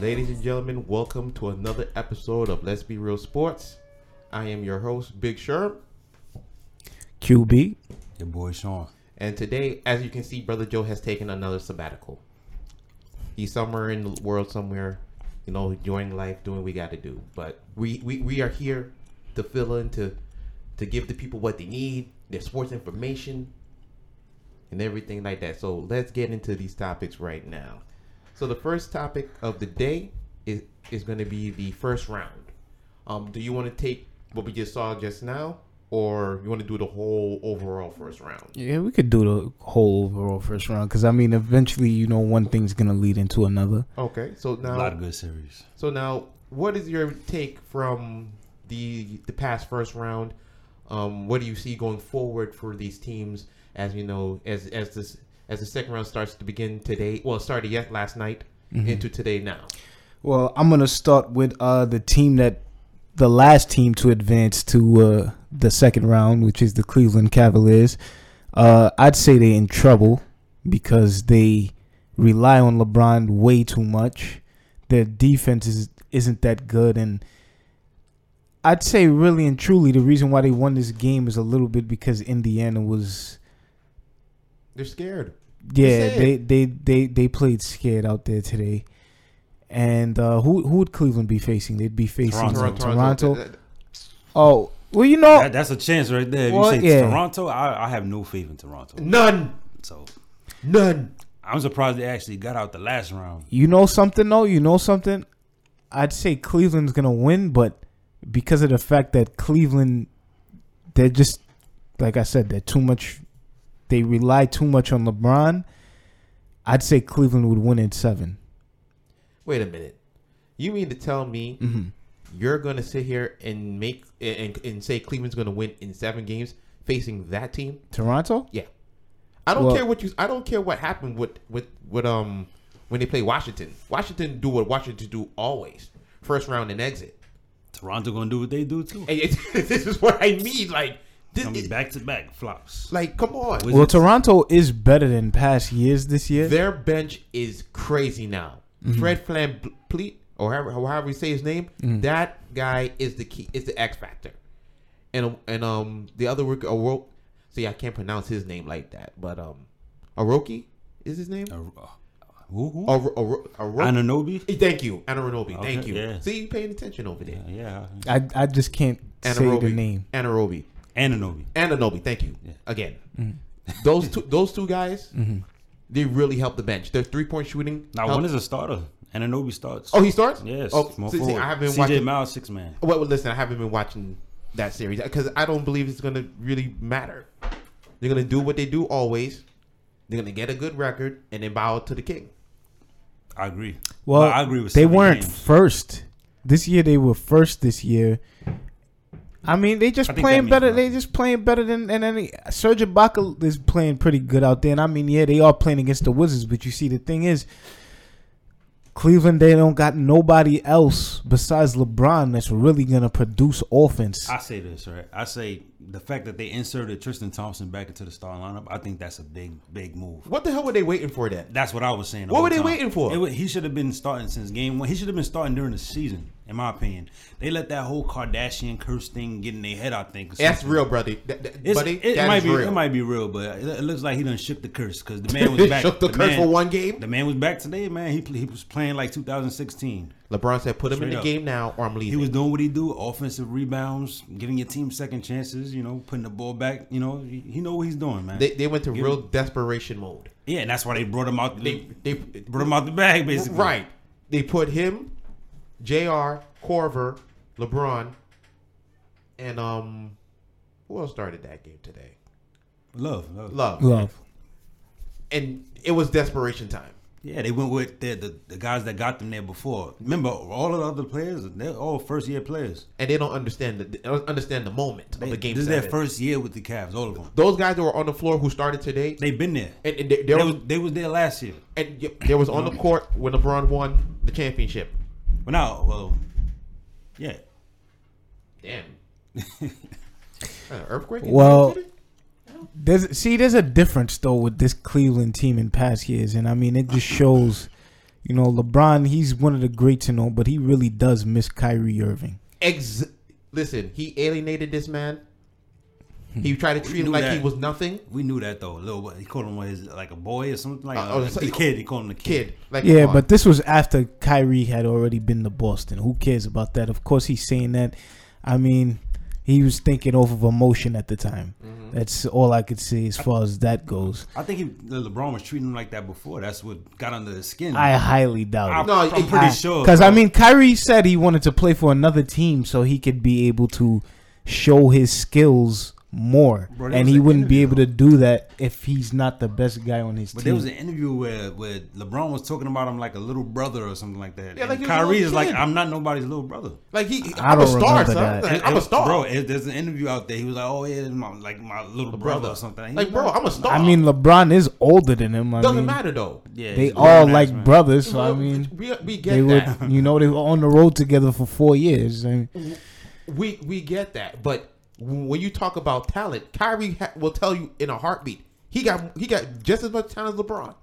Ladies and gentlemen, welcome to another episode of Let's Be Real Sports. I am your host, Big Sherm, QB. Your boy Sean. and today, as you can see, Brother Joe has taken another sabbatical. He's somewhere in the world somewhere, you know, enjoying life, doing what we got to do. But we, we we are here to fill in to to give the people what they need, their sports information, and everything like that. So let's get into these topics right now. So the first topic of the day is is going to be the first round. Um, do you want to take what we just saw just now, or you want to do the whole overall first round? Yeah, we could do the whole overall first round because I mean, eventually, you know, one thing's gonna lead into another. Okay. So A lot of now, good series. so now, what is your take from the the past first round? Um, what do you see going forward for these teams? As you know, as as this as the second round starts to begin today, well, started yet last night Mm-hmm. into today now. Well, I'm gonna start with uh the team that the last team to advance to uh the second round, which is the Cleveland Cavaliers. Uh, I'd say they're in trouble because they rely on LeBron way too much. Their defense is isn't that good, and I'd say really and truly the reason why they won this game is a little bit because Indiana was. They're scared. Yeah, said. they, they they they played scared out there today. And uh, who who would Cleveland be facing? They'd be facing Toronto. Toronto. Th- th- Oh, well, you know, That- that's a chance right there. If Well, you say yeah. Toronto, I, I have no faith in Toronto. None. So None. I'm surprised they actually got out the last round. you know something though. You know something. I'd say Cleveland's gonna win, but because of the fact that Cleveland, they're just like I said, they're too much. They rely too much on LeBron. I'd say Cleveland would win in seven. Wait a minute. You mean to tell me Mm-hmm. you're going to sit here and make and, and say Cleveland's going to win in seven games facing that team? Toronto. Yeah. I don't Well- care what you. I don't care what happened with with with um when they play Washington. Washington do what Washington do always. First round and exit. Toronto gonna do what they do too. And it, this is what I mean. Like this. Gonna be is- back to back flops. like come on. Wizards- Well, Toronto is better than past years this year. Their bench is crazy now. Fred Flamplete, or however, however you say his name, that guy is the key, is the X factor. And and um the other rookie, Oro- see I can't pronounce his name like that, but um, Oroki is his name. Uh, uh, who? who? Oro, Oro, Oro- Ananobi. Eh, Thank you, Anarobi. Thank Okay, you. yeah. See, you paying attention over there. Yeah, yeah. I I just can't say the name. Anarobi. Ananobi. Ananobi, thank you again. Mm-hmm. Those two, those two guys, they really help the bench. Their three point shooting. Now help- Mm-hmm. one is a starter. Ananobi starts. Oh, he starts. yes. Oh, small see, see, forward. I haven't CJ watching. Miles six man. well, well, listen, I haven't been watching that series because I don't believe it's gonna really matter. They're gonna do what they do always. They're gonna get a good record and then bow to the king. I agree. Well, But I agree with they seven weren't games. first this year. They were first this year. I mean, they just I think that playing means better. They nothing. just playing better than, than any. Serge Ibaka is playing pretty good out there, and I mean, yeah, they are playing against the Wizards. But you see, the thing is, Cleveland they don't got nobody else besides LeBron that's really gonna produce offense. I say this, right? I say the fact that they inserted Tristan Thompson back into the star lineup, I think that's a big, big move. What the hell were they waiting for? That That's what I was saying. the What whole were they time. waiting for? It wa- he should have been starting since game one. He should have been starting during the season, in my opinion. They let that whole Kardashian curse thing get in their head. I think that's real, brother. That, that- It's, buddy, it, that might is be real. it might be real, but it, it looks like he done shook the curse because the man was back. Shook the curse man- for one game? The man was back today, man. He pl- he was playing like 2016. LeBron said, "Put him in Straight the up. game now, or I'm leaving." He was doing what he do: offensive rebounds, giving your team second chances. You know, putting the ball back. You know, he, he know what he's doing, man. they, they went to real desperation mode. yeah, and that's why they brought him out. They They they brought him out the bag, basically. right. They put him, Jr. Corver, LeBron, and um, who else started that game today? Love, love, Love. Love. And it was desperation time. Yeah, they went with the, the the guys that got them there before. Remember, all of the other players, they're all first year players. and they don't understand the they don't understand the moment of the game. This is their seven. first year with the Cavs, all of them. Those guys that were on the floor who started today, They've been there. and, and they, they They were- was, they was there last year. and y- they was on the court when LeBron won the championship. Well, now, well, yeah. Damn. Uh, earthquake. in Well- Kansas City? There's see, there's a difference though with this Cleveland team in past years, and I mean it just shows You know, LeBron, he's one of the greats and all, but he really does miss Kyrie Irving. Ex- listen, he alienated this man. He tried to treat him Hmm. knew like he that. was nothing. We knew that though. A little, bit. he called him what is it, like a boy or something like. Uh, oh, like so- the kid. He called him the kid. Kid. Like Yeah, come on. but this was after Kyrie had already been to Boston. Who cares about that? Of course, he's saying that. I mean, he was thinking off of emotion at the time. That's all I could say as far as that goes. I think he, Le- LeBron was treating him like that before. That's what got under his skin. I highly doubt I'm, it. No, I'm it- pretty I- sure Because I mean, Kyrie said he wanted to play for another team so he could be able to show his skills more, Bro, there and was he an wouldn't be able interview. to do that if he's not the best guy on his But there team. was an interview where, where LeBron was talking about him like a little brother or something like that. Yeah, like he and was a Kyrie little is like, kid. I'm not nobody's little brother. like he, I I'm a don't star, remember son. that. Like, It- I'm it- a star, bro. it- there's an interview out there. He was like, "Oh yeah, my, like my little brother, brother. or something." He Like, was bro, I'm a star. I mean, LeBron is older than him. I doesn't mean, matter though. yeah, They he's a all grown-ass like man. brothers, so I We- mean, we, we get they that. were, you know, they were on the road together for four years. And We we get that. But when you talk about talent, Kyrie ha- will tell you in a heartbeat. He got he got just as much talent as LeBron.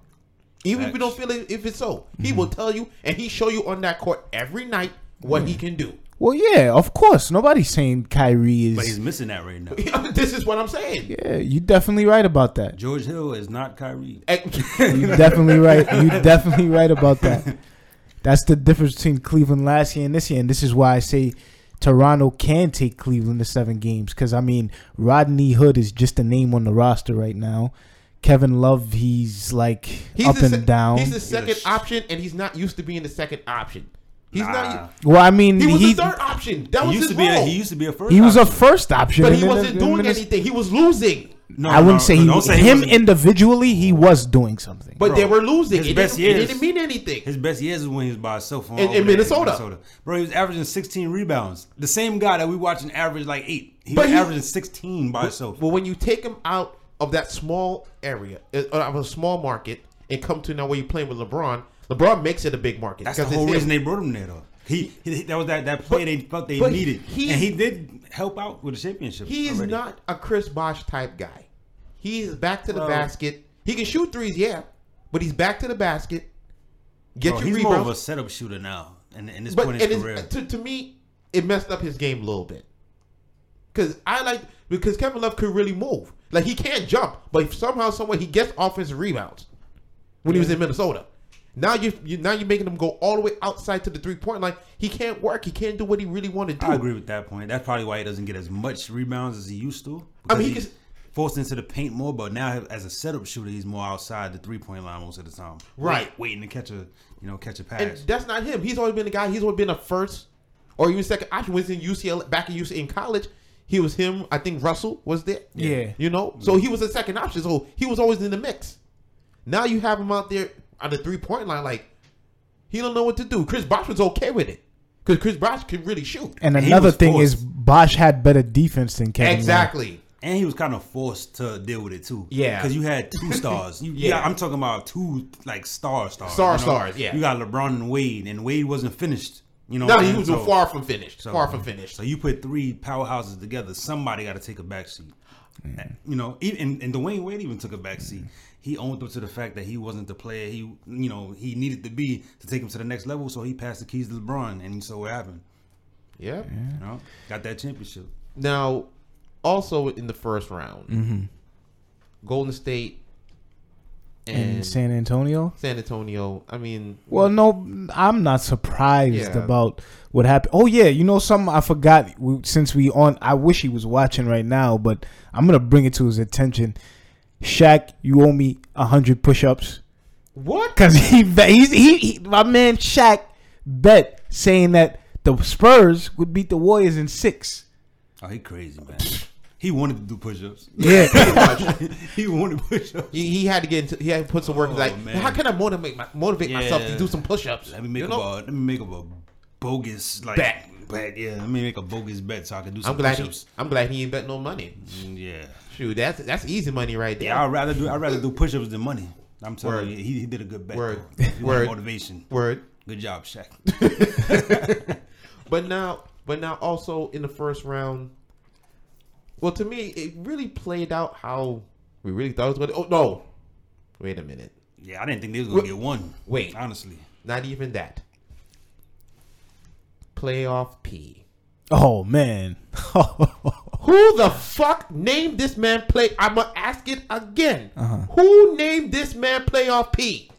Even if you don't Facts. feel it, if it's so, he Mm-hmm. will tell you and he show you on that court every night what Mm. he can do. well, yeah, of course, nobody's saying Kyrie is. But he's missing that right now. this is what I'm saying. yeah, you're definitely right about that. George Hill is not Kyrie. Eh, You're definitely right. You're definitely right about that. That's the difference between Cleveland last year and this year, and this is why I say Toronto can take Cleveland to seven games. Because I mean, Rodney Hood is just a name on the roster right now. Kevin Love, he's like He's up the and se- down. He's the second sh- option, and he's not used to being the second option. He's Nah. not. well, I mean, He was he, the third option. That He was used his to be. role. A, he used to be a first. he was a option. first option, but he in the- wasn't in the doing Minnes- anything. He was losing. No, I wouldn't no, say, don't he, him wasn't- individually. He was doing something. But Bro, they were losing. his it, best didn't, it years- didn't mean anything. His best years is when he was by himself on- In- in over there Minnesota. Bro, he was averaging 16 rebounds. The same guy that we watching average like eight. He But was he- averaging 16 by himself. Well, when you take him out of that small area, uh, out of a small market, and come to now where you're playing with LeBron, LeBron makes it a big market. That's the 'cause whole it's him. reason they brought him there, though. He, he that was that that But- play they felt they but needed, he- and he did help out with the championship. He is already. not a Chris Bosh type guy. He's back to the Bro. basket. He can shoot threes, yeah, but he's back to the basket. Get Bro, your he's rebounds. more of a setup shooter now, and in, this But point it in his is- career, to, to me, it messed up his game a little bit. Because I like because Kevin Love could really move. Like he can't jump, but if somehow, somewhere, he gets offensive rebounds when he was in Minnesota. Now you, you now you're making him go all the way outside to the three point line. He can't work. He can't do what he really want to do. I agree with that point. That's probably why he doesn't get as much rebounds as he used to. because he he's can- forced into the paint more, but now as a setup shooter, he's more outside the three point line most of the time. Right. Wait- waiting to catch a you know catch a pass. And that's not him. He's always been a guy. He's always been a first or even second option. When he was in UCLA back in UCLA in college, he was him. I think Russell was there. Yeah. you know, so he was a second option. So he was always in the mix. Now you have him out there on the three point line, like he don't know what to do. Chris Bosh was okay with it because Chris Bosh can really shoot. and he another was thing is, forced. Bosch had better defense than Kevin. Love. exactly. And he was kind of forced to deal with it too. Yeah. because you had two stars. You, Yeah. yeah. I'm talking about two like star stars. Star you stars, yeah. you got LeBron and Wade, and Wade wasn't finished. You know, No, what I he mean? was So- far from finished. so- far from finished. So you put three powerhouses together. Somebody got to take a backseat. Mm. You know, even and, and Dwayne Wade even took a backseat. He owned up to the fact that he wasn't the player he you know he needed to be to take him to the next level. So he passed the keys to LeBron, and so what happened. yeah. You know, got that championship. Now, also in the first round, Golden State And and San Antonio. San Antonio. I mean, Well, no, I'm not surprised Yeah. about what happened. Oh yeah, you know something I forgot we- since we on. I wish he was watching right now, but I'm gonna bring it to his attention. Shaq, you owe me hundred push-ups what? because he, bet- he's he, he my man Shaq bet saying that the Spurs would beat the Warriors in six. Oh, he crazy man. He wanted to do push-ups. Yeah. he wanted push-ups. He, he had to get into. He had to put some work. Oh, like, man. how can I motivate my, motivate myself to Yeah. do some push-ups? Let me make You up know? a let me make up a bogus like Bet. bet. Yeah, let me make a bogus bet so I can do some I'm glad. He, push-ups. I'm glad he ain't bet no money. Mm, Yeah. Shoot, that's that's easy money right there. Yeah, I'd rather do I'd rather do push-ups than money. I'm telling Word. you, he, he did a good bet. Word. though. If you want Word. motivation. Word. Good job, Shaq. But now, but now also in the first round. Well, to me, it really played out how we really thought it was going. to... Oh no! Wait a minute. Yeah, I didn't think they was gonna get one. Wait. honestly, Not even that. Playoff P. Oh man. Who the fuck named this man play? I'm gonna ask it again. Uh-huh. Who named this man playoff P?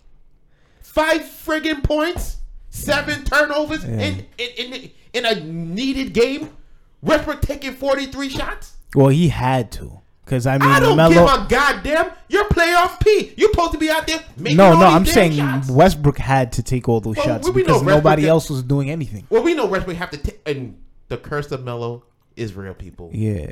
Five friggin' points, seven turnovers in, in in in a needed game. Westbrook taking 43 shots. well, he had to, because I mean, I don't Melo. give a goddamn. You're playoff P. You're supposed to be out there making no, all no, these I'm damn saying shots. Westbrook had to take all those Well, shots we- we know because nobody Westbrook- else was doing anything. Well, we know Westbrook have to take, and the curse of Melo is real, people. Yeah.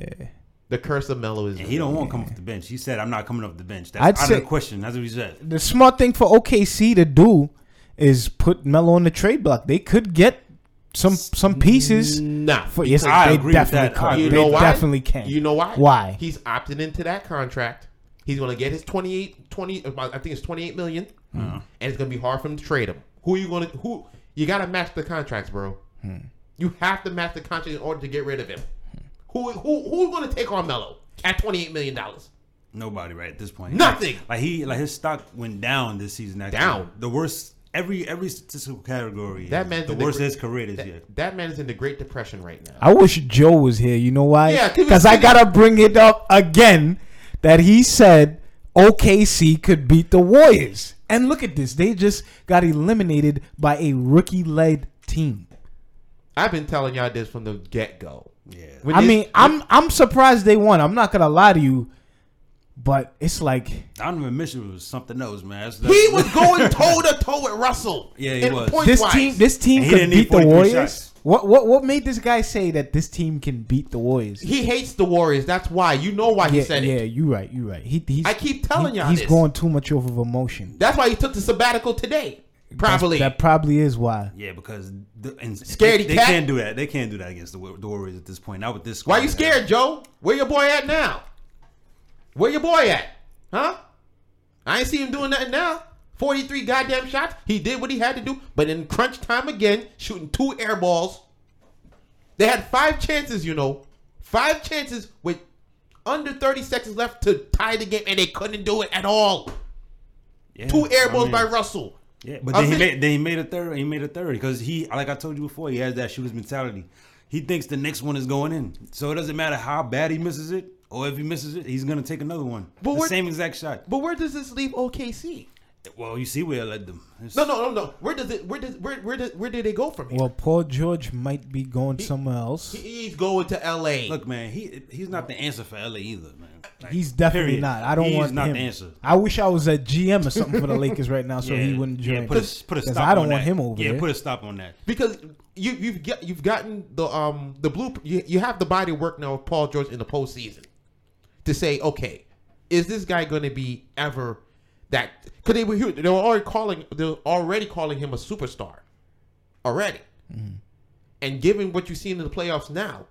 The curse of Melo is real. He don't want to come off the bench. He said, "I'm not coming off the bench." That's I'd out say- of the question. That's what he said. the smart thing for OKC to do is put Melo on the trade block. They could get some some pieces. Nah, For, yes, I they agree with definitely that. I could. agree you with They know why? definitely can. You know why? Why? He's opting into that contract. He's going to get his 28, 20, about- I think it's 28 million, Uh-huh. and it's going to be hard for him to trade him. Who you going to, who, you got to match the contracts, bro. Hmm. You have to match the contract in order to get rid of him. Who, who, who's going to take on Melo at 28 million dollars? Nobody right at this point. Nothing. Like, he, like his stock went down this season. Actually. Down. The worst. Every every statistical category. That That man's man. The in the worst gre- his career is That, yet. that man is in the Great Depression right now. I wish Joe was here. You know why? Yeah, 'cause we because I sitting- gotta bring it up again that he said OKC could beat the Warriors. And look at this. They just got eliminated by a rookie led team. I've been telling y'all this from the get go. Yeah. I mean, I'm I'm surprised they won. I'm not gonna lie to you, but it's like Donovan Mitchell was something else, man. That's, that's, He was going toe to toe with Russell. Yeah, he in was. point this wise. team this team And he could didn't need beat the 43 Warriors. shots. What what what made this guy say that this team can beat the Warriors? he hates the Warriors. That's why. You know why he yeah, said yeah, it. you right, you right. He, he's, I keep telling he, y'all he's this. going too much off of emotion. That's why he took the sabbatical today. Probably. That probably is why. Yeah, because the, and Scaredy they, they cat? can't do that. They can't do that against the, Wa- the Warriors at this point. Not with this. Squad why you they scared, Joe? Where your boy at now? Where your boy at? Huh? I ain't see him doing nothing now. 43 goddamn shots. He did what he had to do, but in crunch time again, shooting two air balls. They had five chances, you know. Five chances with under 30 seconds left to tie the game, and they couldn't do it at all. have. Yeah, Two air I balls mean, by Russell. Yeah, but I then he mean- made then he made a third. He made a third because he, like I told you before, he has that shooter's mentality. He thinks the next one is going in, so it doesn't matter how bad he misses it or if he misses it, he's gonna take another one. But the we're- same exact shot. But where does this leave OKC? Well, you see where I led them. It's- No, no, no, no. Where does it? Where does where where does, where did they go from here? Well, Paul George might be going somewhere else. He's going to L.A. Look, man, he he's not the answer for LA either, man. Like, He's definitely period. not. I don't He's want not him. the answer. I wish I was a GM or something for the Lakers right now, so he wouldn't join. Yeah, put a, put a 'Cause stop. I don't on want that. him over Yeah, there. put a stop on that. because you you've get, you've gotten the um the blueprint. You, you have the body of work now of Paul George in the postseason to say, okay, is this guy going to be ever that? Because they were hu- they were already calling they were already calling him a superstar already, and given what you've seen in the playoffs now.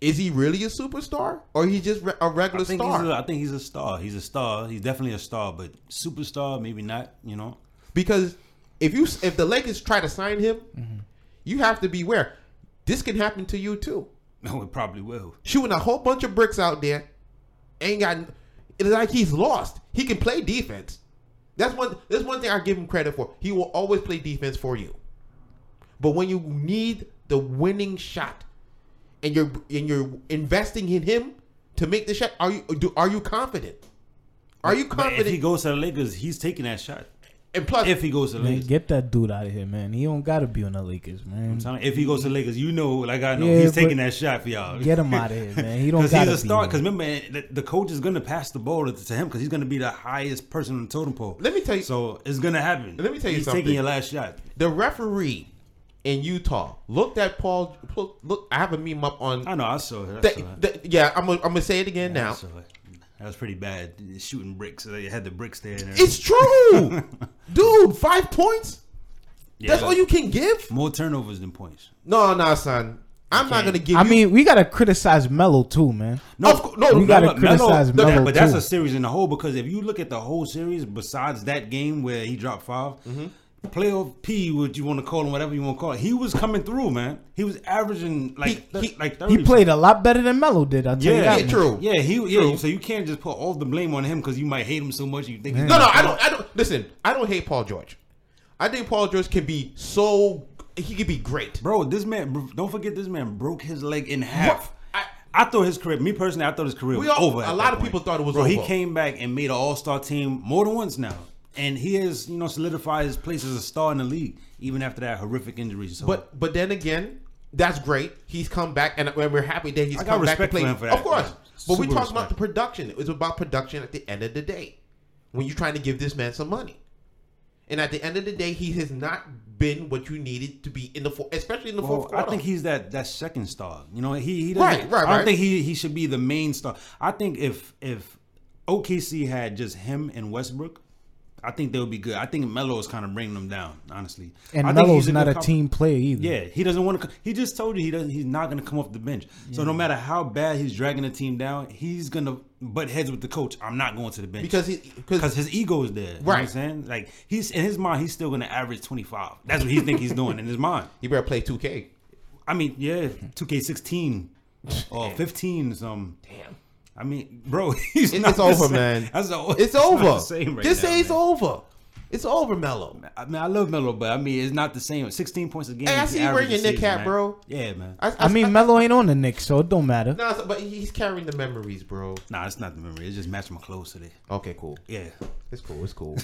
Is he really a superstar, or he just re- a regular I think, star? He's a, I think he's a star. He's a star. He's definitely a star, but superstar, maybe not. You know, Because if you if the Lakers try to sign him, Mm-hmm. you have to beware. This can happen to you too. no, it probably will. Shooting a whole bunch of bricks out there, ain't got. It's like he's lost. He can play defense. That's one. That's one thing I give him credit for. He will always play defense for you. But when you need the winning shot, and you're and you're investing in him to make the shot, are you do, are you confident? Are you But if he confident? goes to the Lakers, he's taking that shot. and plus, If he goes to the Man, Lakers, get that dude out of here, man. He don't gotta be on the Lakers, man. I'm telling you, if he goes to the Lakers, you know, like I know, Yeah, he's taking but- that shot for y'all. Get him out of here, man. He don't Because gotta he's a be. star. here. Because remember, eh, the, the coach is gonna pass the ball to, to him because he's gonna be the highest person on the totem pole. Let me tell you- So it's gonna happen. Let me tell you he's something. taking your last shot. The referee in Utah looked at Paul. Look, look I have a meme up on. I know. I saw it. I saw The, it. the, yeah, I'm gonna I'm gonna say it again I now. saw it. That was pretty bad. Shooting bricks. They had the bricks there. And It's true, dude. Five points. That's all you can give. More turnovers than points. No, no, son. I'm not gonna give. I you- mean, we gotta criticize Melo too, man. no, of cour- no, we no, gotta no, no, criticize no, Melo but But that's too. a series in the whole because if you look at the whole series, besides that game where he dropped 5 playoff P, what you want to call him, whatever you want to call it, he was coming through, man. He was averaging like He- th- he- like he 30. played a lot better than Melo did. I'll tell you Yeah, that. Yeah, much. true. Yeah, he yeah. So you can't just put all the blame on him because you might hate him so much you think he's No, no, I don't. I don't. Listen, I don't hate Paul George. I think Paul George can be so he could be great. Bro, this man, bro, don't forget, this man broke his leg in half. I, thought his career, me personally, I thought his career We was all- over. a at lot that of people thought it was bro, He over. came back and made an All Star team more than once now, and he has you know solidified his place as a star in the league, even after that horrific injury. So, But but then again, that's great. He's come back, and and we're happy that he's I got come back to respect for play. him for that. Of course, Yeah. but we Super talk about respect. the production. It's about production at the end of the day. When you're trying to give this man some money, and at the end of the day, he has not been what you needed to be in the fourth, especially in the Well, fourth I quarter. think he's that that second star. You know, he he doesn't, Right, right, I don't right. think he he should be the main star. I think if if OKC had just him and Westbrook, I think they would be good. I think Melo is kind of bringing them down, honestly. And I think Melo's he's not good a comp- team player either. Yeah, he doesn't want to. He just told you he doesn't. He's not going to come off the bench. So no matter how bad he's dragging the team down, he's going to butt heads with the coach. I'm not going to the bench because he because because his ego is there. You know what I'm Right. saying like he's in his mind, he's still going to average 25. That's what he think he's doing in his mind. he better play 2K. I mean, yeah, 2K16 or 15 some. Damn. I mean, bro, he's It- not it's the over, same- man. That's the- It's not over. the same right this now, is man. over. It's over, Mello. I mean, I love Melo, but I mean, it's not the same. 16 points a game. Hey, I is the see you wearing average your this knit season, cap, man. bro. Yeah, man. I mean, Melo ain't on the Knicks, so it don't matter. no, but he's carrying the memories, bro. Nah, it's not the memory. It's just matching my clothes today. Okay, cool. Yeah. It's cool. It's cool.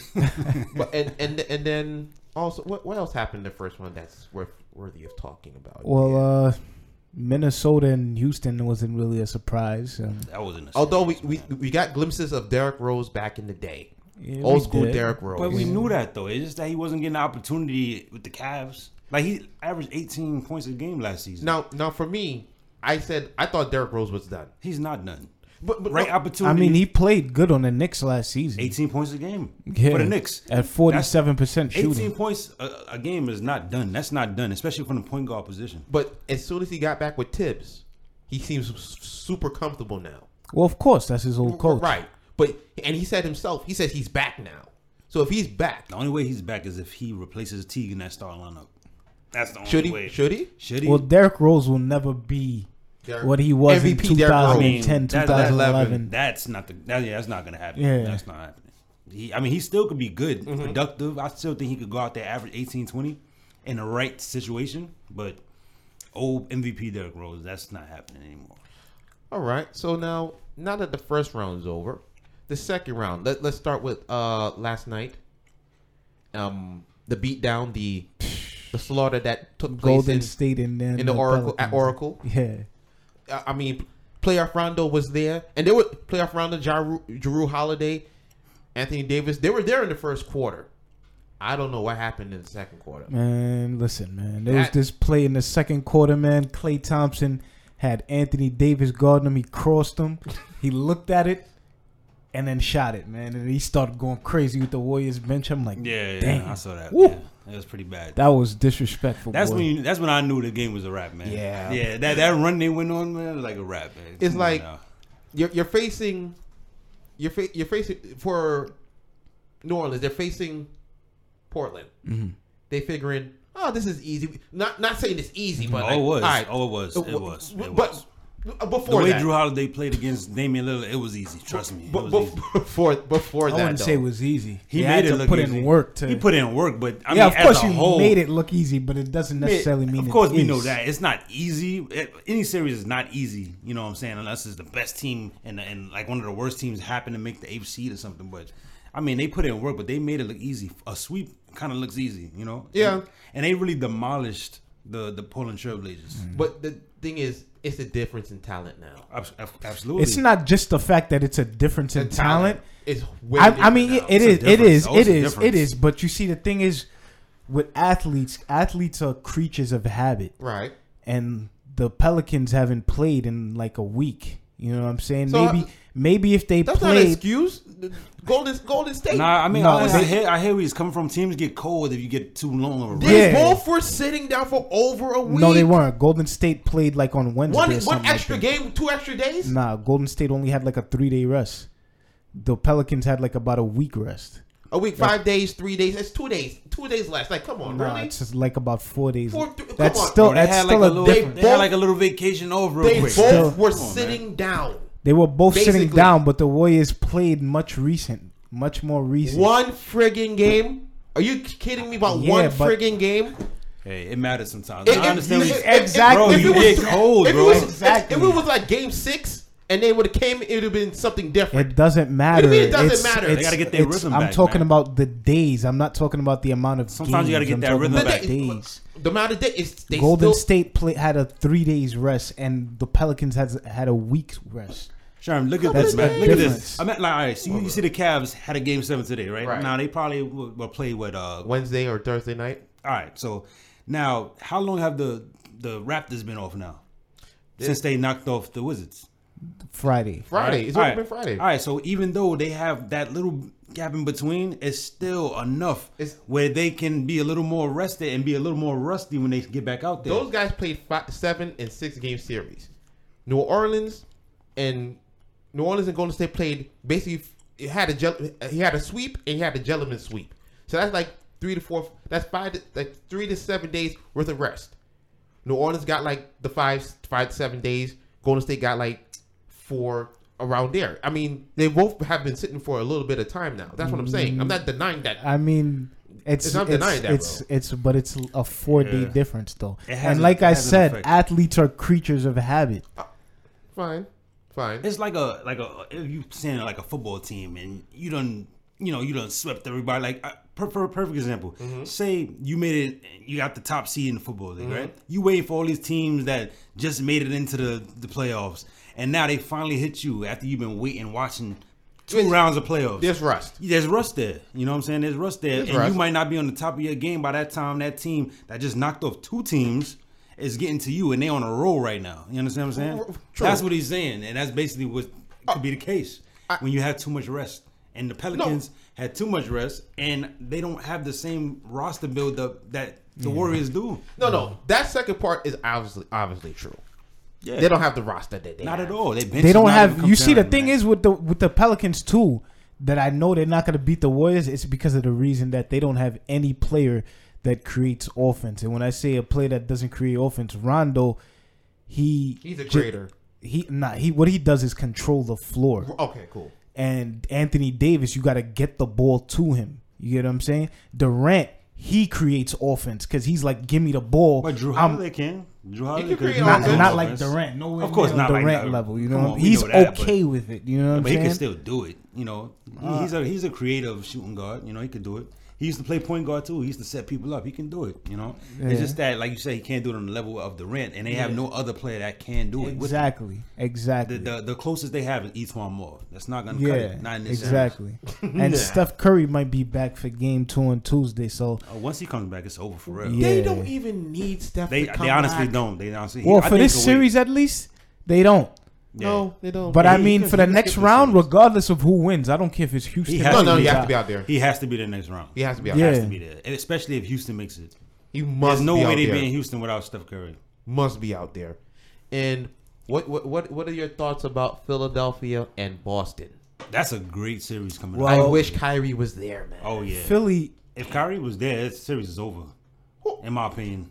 but and and and then also, what what else happened? in The first one that's worth worthy of talking about. Well, uh, Minnesota and Houston wasn't really a surprise. Um, That wasn't a although we, series, we man. we got glimpses of Derrick Rose back in the day, yeah, we old school did. Derrick Rose. But we knew that, though. It's just that he wasn't getting the opportunity with the Cavs. Like, he averaged 18 points a game last season. now now for me, I said I thought Derrick Rose was done. He's not done. But, but Right no, I opportunity. mean, he played good on the Knicks last season. 18 points a game Yeah, for the Knicks. at forty-seven percent 18 shooting. points a, a game is not done. That's not done, especially from the point guard position. but as soon as he got back with Tibbs, he seems s- super comfortable now. Well, of course, that's his old coach. Right. But and he said himself, he says he's back now. So if he's back, The only way he's back is if he replaces Teague in that starting lineup. That's the only should he? way. Should he? Should he? Well, Derrick Rose will never be Derrick- what he was in MVP Derrick Rose. I mean, 2010, that- that- 2011. that's not the. That, yeah, that's not gonna happen. Yeah. that's not happening. He, I mean, he still could be good, productive. I still think he could go out there average 18, 20 in the right situation. But old MVP Derrick Rose, that's not happening anymore. All right. So now, now that the first round's over, the second round. Let, let's start with uh last night. Um, the beatdown, the the slaughter that took place Golden in, State and then in the Oracle at Pelicans. Oracle. Yeah, I I mean, playoff Rondo was there, and they were playoff Rondo, Jaru, Jaru Holiday, Anthony Davis. They were there in the first quarter. I don't know what happened in the second quarter. man. Listen, man. There was That- this play in the second quarter, man. Clay Thompson had Anthony Davis guarding him. He crossed him. he looked at it. And then shot it, man, and he started going crazy with the Warriors bench. I'm like, Yeah, Damn. yeah I saw that. Woo. Yeah, that was pretty bad. that was disrespectful. That's boy. when you, that's when I knew the game was a wrap, man. Yeah. yeah. That that run they went on, man, was like a wrap, man. It's Come on like- now. you're you're facing you're fa- you're facing for New Orleans. They're facing Portland. Mm-hmm. They figuring, oh, this is easy. Not not saying it's easy, but Oh, like, it was. all right. Oh, it was. It w- was. w- It but was. the before way that, Drew Holiday played against Damian Lillard, it was easy. Trust me, it bu- was bu- easy. before before I that, wouldn't though. say it was easy. He They made had it to look put easy. in work to. He put in work, but I yeah, mean, of course as a you whole, made it look easy, but it doesn't necessarily mean. Of it course, we is. know that it's not easy. It- Any series is not easy. You know what I'm saying? Unless it's the best team and and like one of the worst teams happen to make the eighth seed or something. But I mean, they put in work, but they made it look easy. A sweep kind of looks easy, you know? Yeah. And, and they really demolished the the Portland Trailblazers. But the thing is, it's a difference in talent now. Abs- ab- Absolutely. It's not just the fact that it's a difference in The talent. is way I, I different mean, now. it, it It's a is, it difference. is, Oh, it it's a is, it difference. is. But you see, the thing is, with athletes, athletes are creatures of habit, right. and the Pelicans haven't played in like a week. You know what I'm saying? So, maybe, uh, maybe if they That's not an played, excuse. Golden Golden State. Nah, I mean, No, I, I it's- hear, I hear where he's coming from. Teams get cold if you get too long of a run. They Yeah. both were sitting down for over a week. no, they weren't. Golden State played like on Wednesday. One or one something like extra that. game, two extra days. Nah, Golden State only had like a three day rest. The Pelicans had like about a week rest. A week, five days, three days. That's two days. Two days less. Like, come on, Nah, really? it's just like about four days. Four- th- come that's on, Oh, still Bro, they that's had still like a, a little, difference. different- they had like a little vacation off real They quick. both Still- were Come on, sitting down. They were both sitting Basically- down, but the Warriors played much recent, much more recent. One friggin' game, Are you kidding me about Yeah, one but- friggin' game? Hey, it matters sometimes. If- I understand. if- what if- you- if- Exactly. if it Bro, you was- get cold, if it bro. was- if- Exactly. If it was like game six and they would have came, it would have been something different. It doesn't matter. mean it doesn't matter? They gotta get their it's- rhythm I'm back, talking man. about the days. I'm not talking about the amount of. Sometimes you gotta games. get I'm talking that rhythm about But back. they- Days. The amount of days, it's, they Golden still, State play, had a three days rest, and the Pelicans has had a week rest. Sherm, look at That's this, man. the Look at this. difference. I mean, like, all right, so you, you see the Cavs had a game seven today, right? Right. Now they probably will, will play with. Uh, all Wednesday or Thursday night. right, so now how long have the the Raptors been off now? Since they knocked off the Wizards. Friday. Friday. All It's right. already been Friday. All right, so even though they have that little gap in between, it's still enough It's- where they can be a little more rested and be a little more rusty when they get back out there. Those guys played five, seven and six game series. New Orleans and New Orleans and Golden State played basically. It had a gel- he had a sweep and he had a gentleman sweep. So that's like three to four. That's five. To, like three to seven days worth of rest. New Orleans got like the five five to seven days. Golden State got like four around there. I mean, they both have been sitting for a little bit of time now. That's what I'm saying. I'm not denying that. I mean, It's it's it's not denying that, it's, bro. it's but it's a four day Yeah. difference though. It has And an- like it I has an said, effect. athletes are creatures of habit. Fine, fine. It's like a like a if you saying like a football team and you done you know you done swept everybody like uh, per, per, perfect example. Say you made it, you got the top seed in the football league, right? You waiting for all these teams that just made it into the the playoffs, and now they finally hit you after you've been waiting watching two It's- rounds of playoffs. There's rust. There's rust there. You know what I'm saying? There's rust there. There's and rust. you might not be on the top of your game by that time. That team that just knocked off two teams is getting to you and they on a roll right now. You understand what I'm saying? True. Uh, That's what he's saying. And that's basically what could be the case when you have too much rest. And the Pelicans had too much rest and they don't have the same roster buildup that the Warriors do. No, no. That second part is obviously obviously true. Yeah. They don't have the roster that they not have. at all. They, bench They is don't not have. even You see, the comparing, thing man. is with the with the Pelicans too that I know they're not going to beat the Warriors. It's because of the reason that they don't have any player that creates offense. And when I say a player that doesn't create offense, Rondo, he He's a ju- creator. He not he. What he does is control the floor. Okay, cool. and Anthony Davis, you got to get the ball to him. You get what I'm saying? Durant, he creates offense because he's like, give me the ball. But Drew I'm Holiday can. Drew Holiday create do um, not, offense. not like offense. Durant. No, Of course, not like Durant that. level. You Come know, what on, I'm- we he's know that, but- okay with it. You know what I'm But he saying? can still do it. You know, He- Uh. he's a he's a creative shooting guard. You know, he could do it. He used to play point guard too. He used to set people up. He can do it. You know, Yeah. it's just that, like you say, he can't do it on the level of the rent, and they have no other player that can do it. with him. exactly, exactly. The, the the closest they have is Etwan Moore. That's not gonna cut yeah, it. Not in this exactly. exactly. and Nah. Steph Curry might be back for Game Two on Tuesday, so Uh, once he comes back, it's over for real. Yeah. They don't even need Steph. They to come they honestly back. don't. They honestly. well I for think this he'll wait. series at least they don't. Yeah. No, they don't. But I He- mean, he for the can next skip this round, series. regardless of who wins, I don't care if it's Houston. has or no, no, to you Utah. have to be out there. he has to be the next round. He has to be out. Yeah. there. He has to be there, And especially if Houston makes it. He There's must no be way out they there. be in Houston without Steph Curry. Must be out there. And what what what what are your thoughts about Philadelphia and Boston? That's a great series coming. Well, up. I wish Kyrie was there, man. Oh yeah. Philly. If Kyrie was there, this series is over. In my opinion.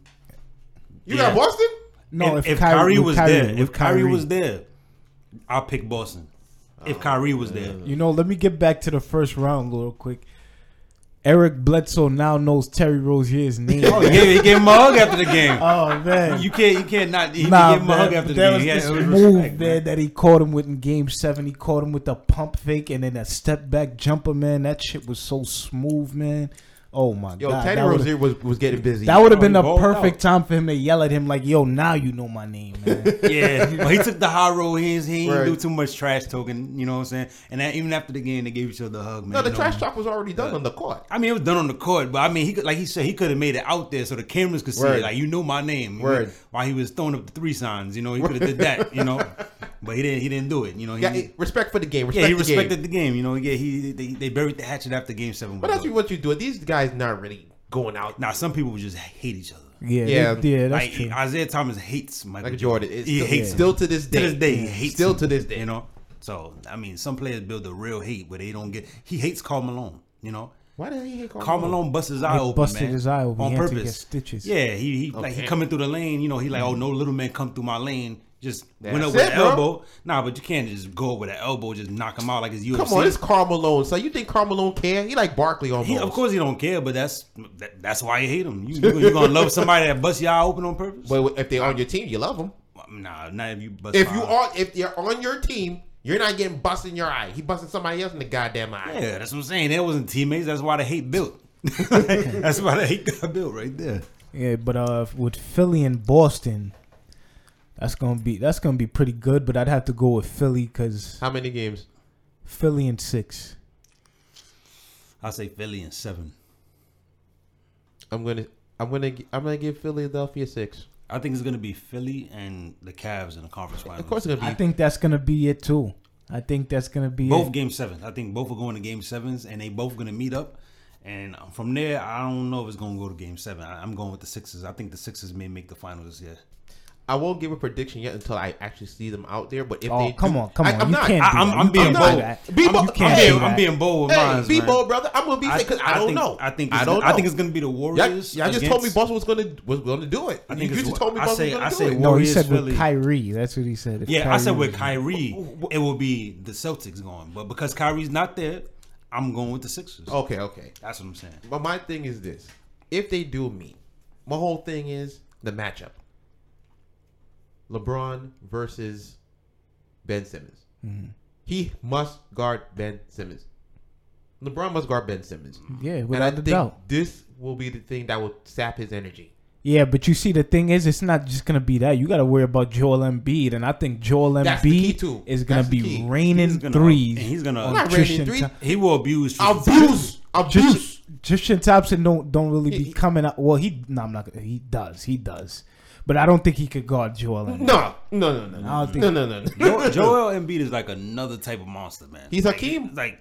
you yeah. got Boston? No, if, if, if Kyrie, with was Kyrie- there, with if Kyrie, was there, I'll pick Boston. If Oh, Kyrie was there, You know, let me get back to the first round real quick. Eric Bledsoe now knows Terry Rozier's name. oh, he gave, he gave him a hug after the game. Oh, man. you can't, you can't not. He nah, gave him a hug man. after the There game. was He had this to move respect, there man. that he caught him with in Game Seven. He caught him with the pump fake and then a step back jumper. Man, that shit was so smooth, man. Oh my Yo, god, Teddy that would've- Rozier was was getting busy. that would have been the Oh, he balled perfect out. time for him to yell at him like, "Yo, now you know my name, man." Yeah, but he took the high road. He, ain't- he didn't Right. do too much trash talking. You know what I'm saying? And that, even after the game, they gave each other a hug. Man, no, the You know, trash talk was already done on the court. I mean, it was done on the court, but I mean, he could, like he said, he could have made it out there so the cameras could see Word. it. Like you know my name. Word. While he was throwing up the three signs, you know, he could have did that. You know, but he didn't. He didn't do it. You know, he, Yeah, yeah, it- respect for the game. Respect he the respected Game. the game. You know, yeah, he they, they buried the hatchet after game seven. But that's what you do. These guys not really going out. now some people just hate each other. Yeah. Yeah, yeah, yeah that's like true. Isaiah Thomas hates Michael like Jordan. It's he still, hates him. still to this to day. this day. He hates still him, to this day. You know, so I mean, some players build a real hate where they don't get. He hates Carl Malone. You know, Why did he hit Carl Malone busted his eye open, busted man. his eye open. on He had to purpose. get stitches. Yeah, he, he like he Okay. coming through the lane. You know, he like, oh no, little man, come through my lane. Just went That's up with it, the bro. elbow. Nah, but you can't just go up with an elbow, just knock him out like it's UFC. Come on, it's Carl Malone. So you think Carl Malone care? He like Barkley almost. he, of course, he don't care, but that's that, that's why you hate him. You you, you gonna love somebody that busts your eye open on purpose? But if they're on your team, you love them. nah, not if you bust. If my you eye. are, if they're on your team, you're not getting busted in your eye. He busted somebody else in the goddamn eye. yeah, that's what I'm saying. They wasn't teammates. That's why the hate built. that's why the hate got built right there. Yeah, but uh, with Philly and Boston, that's gonna be that's gonna be pretty good. But I'd have to go with Philly because How many games? Philly and six. I say Philly and seven. I'm gonna, I'm gonna, I'm gonna give Philadelphia six. I think it's gonna be Philly and the Cavs in the conference finals. Of course, it's I gonna be. think that's gonna be it too. I think that's gonna be both It. game sevens. I think both are going to game sevens, and they both going to meet up. And um, from there, I don't know if it's going to go to game seven. I, I'm going with the Sixers. I think the Sixers may make the finals this year. I won't give a prediction yet until I actually see them out there. But if Oh, they come do- on, come I, on! I'm you not. can't. I- do I'm- that. I'm You being can't do bold. that. Be You bold. can't I'm do being- that. I'm being bold with Hey, mine. be bold, brother. I'm gonna be safe because I, don't think, know. I think I don't know. I think it's going to be the Y'all, Warriors. y'all just against- told me Boston was gonna was gonna do it. I think you it's just Wa- told me I Boston say- was gonna I do say it. Wa- No, he Warriors, said Philly. with Kyrie. That's what he said. If Yeah, I said with was- Kyrie, it will be the Celtics going, but because Kyrie's not there, I'm going with the Sixers. Okay, okay. That's what I'm saying. But my thing is this: if they do meet, my whole thing is the matchup. LeBron versus Ben Simmons. Mm-hmm. He must guard Ben Simmons. LeBron must guard Ben Simmons. Yeah, and I without a think doubt. this will be the thing that will sap his energy. Yeah, but you see, the thing is, it's not just gonna be that. You gotta worry about Joel Embiid, and I think Joel That's the key, Embiid too. is gonna That's the be key. raining He's gonna- threes. and he's gonna- on Not raining Tristan threes. Thom- He will abuse. Tristan Abuse, abuse. Tristan Thompson don't don't really He- be he- coming out. Well, he no, I'm not. gonna- He does, he does, but I don't think he could guard Joel. Embiid. No, no, no, I no, don't no, no, no, no. Jo- Joel Embiid is like another type of monster, man. He's like, Hakeem. Like,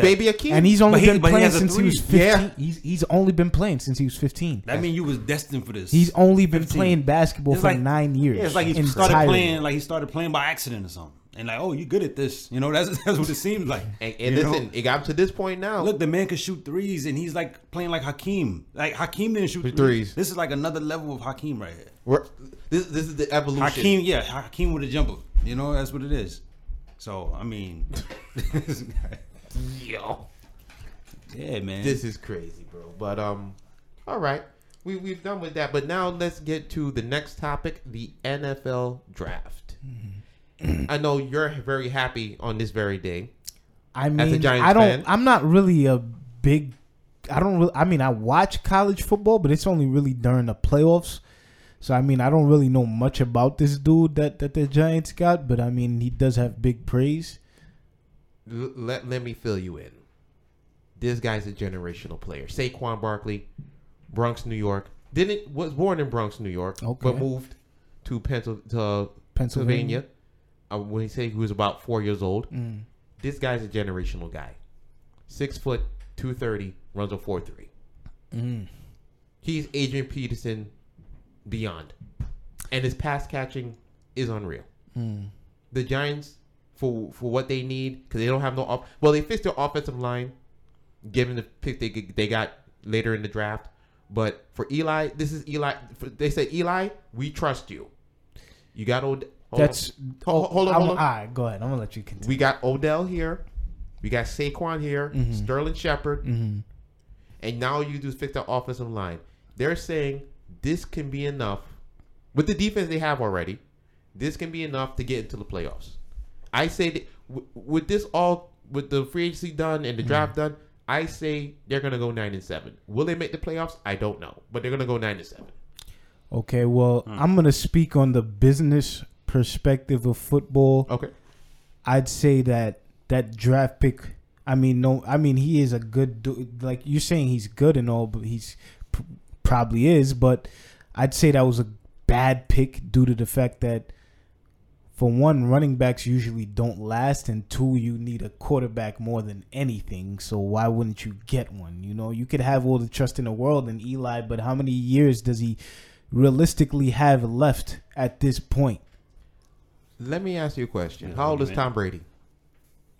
He's baby Akeem. And he's only But he- been but he playing has a since he was three. 15. Yeah. He's he's only been playing since he was 15. That mean you was destined for this. He's only been 15. playing basketball It's for like- nine years. Yeah, it's like he started entirely. playing, like he started playing by accident or something. And like, oh, you good at this, you know? That's that's what it seems like. And, and you know? listen, it got to this point now. look, the man can shoot threes, and he's like playing like Hakeem. Like Hakeem didn't shoot Shoot threes. threes. This is like another level of Hakeem right here. we're, this this is the evolution. Hakeem, yeah, Hakeem with a jumper. You know, that's what it is. So I mean, this guy- Yo. yeah, man. This is crazy, bro. But um, all right, we we've done with that. But now let's get to the next topic: the NFL draft. Mm-hmm. I know you're very happy on this very day. I mean, a Giants I don't. fan. I'm not really a big. I don't really. I mean, I watch college football, but it's only really during the playoffs. So I mean, I don't really know much about this dude that that the Giants got, but I mean, he does have big praise. L- let let me fill you in. This guy's a generational player. Saquon Barkley, Bronx, New York. Didn't was born in Bronx, New York, Okay. but moved to Pencil to Pennsylvania. Pennsylvania. Uh, when he said he was about four years old, this guy's a generational guy. Six foot, two thirty, runs a four three. He's Adrian Peterson beyond, and his pass catching is unreal. Hmm. The Giants for for what they need because they don't have no off. Well, they fixed their offensive line, given the pick they they got later in the draft. But for Eli, this is Eli. For, they said Eli, we trust you. You got Od- hold. That's hold, hold on. I'm- Hold on. All right, go ahead. I'm gonna let you continue. We got Odell here. We got Saquon here. Sterling Shepard. And now you do fix the offensive line. They're saying this can be enough with the defense they have already. This can be enough to get into the playoffs. I say that w- with this all with the free agency done and the draft done, I say they're gonna go nine and seven. Will they make the playoffs? I don't know, but they're gonna go nine and seven. Okay, well, I'm gonna speak on the business perspective of football. Okay. I'd say that that draft pick. I mean, no, I mean he is a good dude. Like you're saying, he's good and all, but he's p- probably is. But I'd say that was a bad pick due to the fact that, for one, running backs usually don't last, and two, you need a quarterback more than anything. So why wouldn't you get one? You know, you could have all the trust in the world in Eli, but how many years does he realistically have left at this point? Let me ask you a question. Yeah, How old is man. Tom Brady?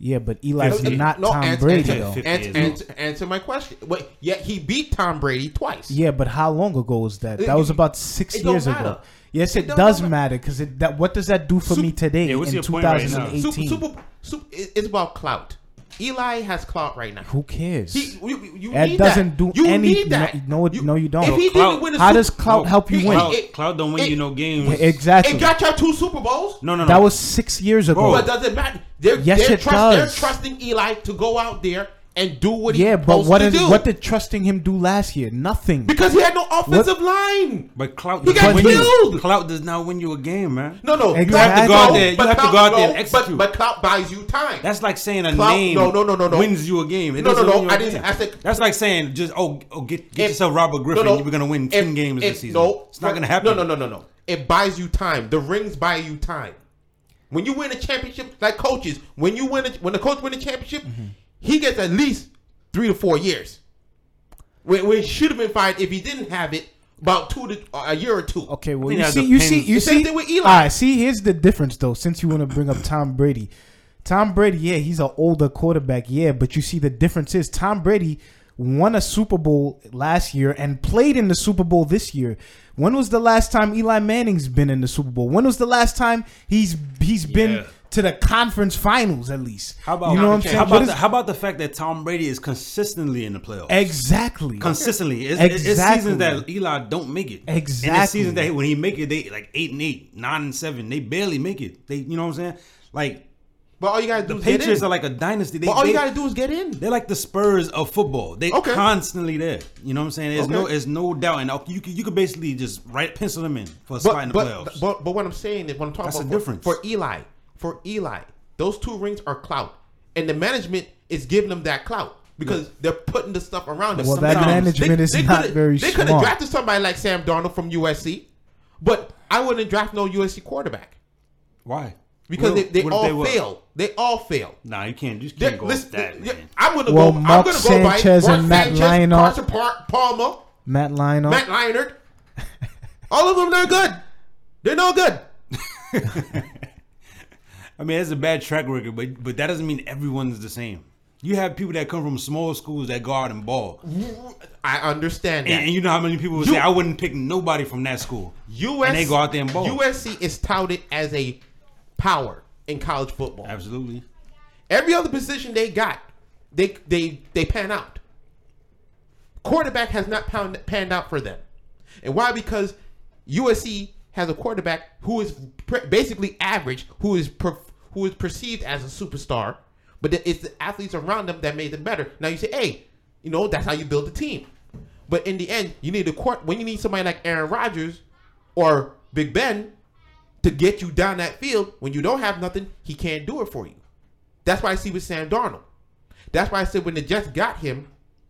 Yeah, but Eli's No, not no, Tom ans- Brady ans- though. ans- Fifty ans- years answer my question. Wait, yeah, he beat Tom Brady twice. Yeah, but how long ago was that? It- That was about six it don't years matter. ago. Yes, it, It don't does matter. matter because that what does that do for Sup- me today Yeah, what's in your point right now? 2018? Super, Super, Super, it- it's about clout. Eli has clout right now. Who cares? He, you, you- you That need doesn't that. do you any- Need that. no- no, it- no, you don't. If he Clout- didn't win a How Super- does clout help you win? Cloud, it- Cloud don't win it- you no games. Yeah, exactly. It got y'all two Super Bowls. no, no, no. That was six years ago. But does it matter? They're, Yes, they're it does. They're trusting Eli to go out there and do what he's yeah, but supposed what to is do. what did trusting him do last year? Nothing. because he had no offensive line. But Cloud, He got doesn't win you- killed. Cloud does not win you a game, man. No, no, You have to go out no, there- you but have to clout- go out there no, and But, execute. but clout buys you time. That's like saying a Clout- name no, no, no, no, no. wins you a game. It No, no, doesn't no, win you a I didn't- game. I said- That's like saying just oh, oh get, get If- yourself Robert Griffin. no, no. you were gonna win If- ten games if- this season. No, it's not no, gonna happen. No, no, no, no, no. It buys you time. The rings buy you time. When you win a championship, like coaches, when you win, a, when the coach win a championship, he gets at least three to four years. When, when he should have been fired if he didn't have it, about two to a year or two. Okay, well think you that see, you depends. see, you The same see. thing with Eli. Alright, see, here's the difference though. Since you want to bring up Tom Brady, Tom Brady, yeah, he's an older quarterback, yeah, but you see the difference is Tom Brady won a Super Bowl last year and played in the Super Bowl this year. When was the last time Eli Manning's been in the Super Bowl? When was the last time he's he's been Yeah. to the conference finals at least? How about you know what I'm saying? How What about, is- the, how about the fact that Tom Brady is consistently in the playoffs? exactly? consistently. It's, it's- Exactly. it's seasons that Eli don't make it. And Exactly. it's seasons that when he make it, they like eight and eight, nine and seven. They barely make it. They, you know what I'm saying? Like But all you gotta do the is get Patriots in. are like a dynasty. They, but all you they- gotta do is get in. they're like the Spurs of football. They Okay. constantly there. You know what I'm saying? There's no, Okay. there's no doubt, and you could, you could basically just write pencil them in for a spot in But the but, playoffs. but but what I'm saying is what I'm talking That's about the for, difference. for Eli, for Eli, those two rings are clout, and the management is giving them that clout because they're putting the stuff around them. Well, that Sometimes management is not could've- very They could have smart. drafted somebody like Sam Darnold from USC, but I wouldn't draft no USC quarterback Why? because What they, if- they what if all were- fail. They all fail. Nah, you can't. You just They're- can't go listen, with that, yeah, man. I'm gonna Well, go. Mark I'm gonna go by Sanchez Mark and Matt Sanchez, Lionel- Carson Par- Palmer, Matt Lionel. Matt Leinart. All of them, they're good. They're no good. I mean, that's a bad track record, but but that doesn't mean everyone's the same. You have people that come from small schools that go out and ball. I understand that. And, and you know how many people would You- say I wouldn't pick nobody from that school. US, and they go out there and bowl. USC is touted as a power in college football. Absolutely. Every other position they got, they they they pan out. Quarterback has not pound, panned out for them, and why? Because USC has a quarterback who is pre- basically average, who is per, who is perceived as a superstar, but the- it's the athletes around them that made them better. Now you say, hey, you know that's how you build a team, but in the end, you need a court when you need somebody like Aaron Rodgers or Big Ben to get you down that field. When you don't have nothing, he can't do it for you. That's why I see with Sam Darnold. That's why I said when the Jets got him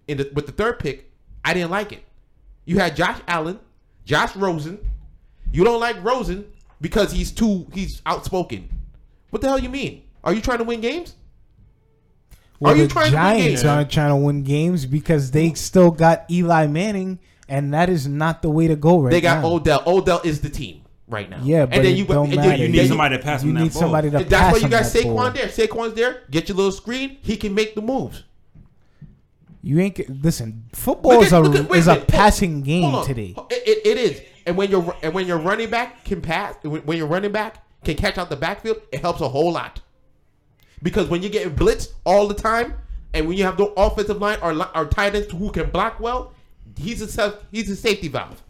in the, with the third pick, I didn't like it. You had Josh Allen, Josh Rosen. You don't like Rosen because he's too he's outspoken. What the hell you mean? Are you trying to win games? Well, Are you the trying to win Giants games? aren't trying to win games because they still got Eli Manning, and that is not the way to go right They got now. Odell. Odell is the team right now. Yeah, but it don't then matter. You Yeah, need you- somebody to pass You him that need ball. somebody to That's pass why you him got that Saquon ball. there. Saquon's there. Get your little screen. He can make the moves. You ain't get- listen. Football Look is at- a look at- wait is a minute. Hold- passing hold game on. today. It, it, it is, and when your and when your running back can pass, when when your running back can catch out the backfield, it helps a whole lot. Because when you're getting blitzed all the time, and when you have no offensive line or li- or tight ends who can block well, he's a self, he's a safety valve.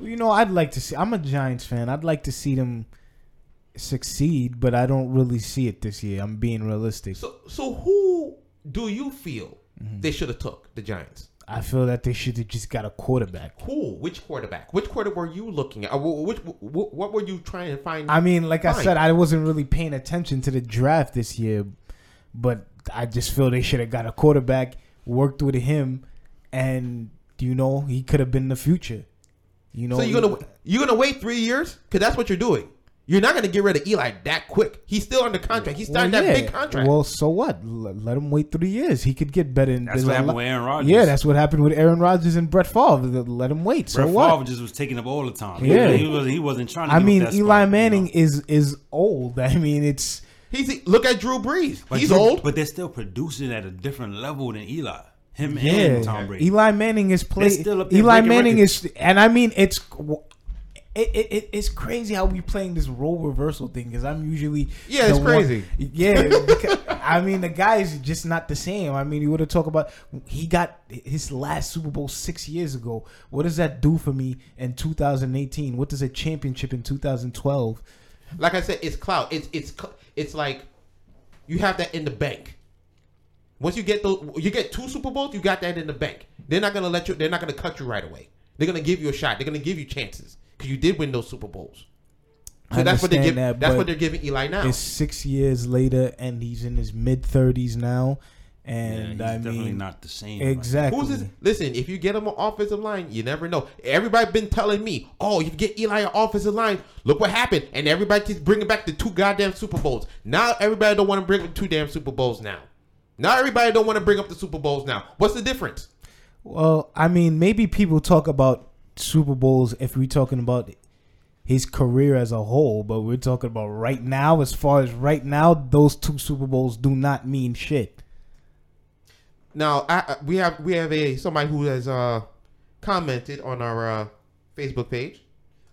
Well, You know, I'd like to see. I'm a Giants fan. I'd like to see them succeed, but I don't really see it this year. I'm being realistic. So so who do you feel Mm-hmm. they should have took the Giants? I feel that they should have just got a quarterback. Who? Which quarterback? Which quarter were you looking at? Or wh- which, wh- what were you trying to find? I mean, like I Fine. said, I wasn't really paying attention to the draft this year, but I just feel they should have got a quarterback, worked with him, and you know he could have been the future. You know, So you're gonna you're gonna wait three years because that's what you're doing. You're not gonna get rid of Eli that quick. He's still under contract. He signed Well, that yeah. big contract. Well, so what? L- let him wait three years. He could get better. In That's there's what a happened lot- with Aaron Rodgers. Yeah, that's what happened with Aaron Rodgers and Brett Favre. Th- Let him wait. So Brett what? Favre just was taking up all the time. Yeah. He, wasn't, he wasn't trying to I give up mean, that Eli spot, you know? Manning is is old. I mean, it's He's look at Drew Brees. But He's Drew- old. but they're still producing at a different level than Eli. Him and Tom Brady. Eli Manning is playing. They're still up there Eli breaking Manning records. is, and I mean, it's it, it, it- it's crazy how we playing this role reversal thing because I'm usually Yeah, it's the one- crazy. yeah, because- I mean, the guy is just not the same. I mean, you would have talked about he got his last Super Bowl six years ago. What does that do for me in 2018? What does a championship in 2012? like I said, it's cloud. It's it's cl- it's like you have that in the bank. Once you get the you get two Super Bowls, you got that in the bank. They're not gonna let you. They're not gonna cut you right away. They're gonna give you a shot. They're gonna give you chances because you did win those Super Bowls. So I that's what they give. understand that, that's but what they're giving Eli now. It's six years later, and he's in his mid 30s now, Yeah, and he's I mean, definitely not the same. like- exactly. Who's this? Listen, if you get him an offensive line, you never know. Everybody been telling me, oh, if you get Eli an offensive line, look what happened. And everybody keeps bringing back the two goddamn Super Bowls. Now everybody don't want to bring up two damn Super Bowls now. Now everybody don't want to bring up the Super Bowls now. What's the difference? Well, I mean, maybe people talk about Super Bowls if we're talking about his career as a whole, but we're talking about right now. As far as right now, those two Super Bowls do not mean shit. Now I, I- we have we have a somebody who has uh, commented on our uh, Facebook page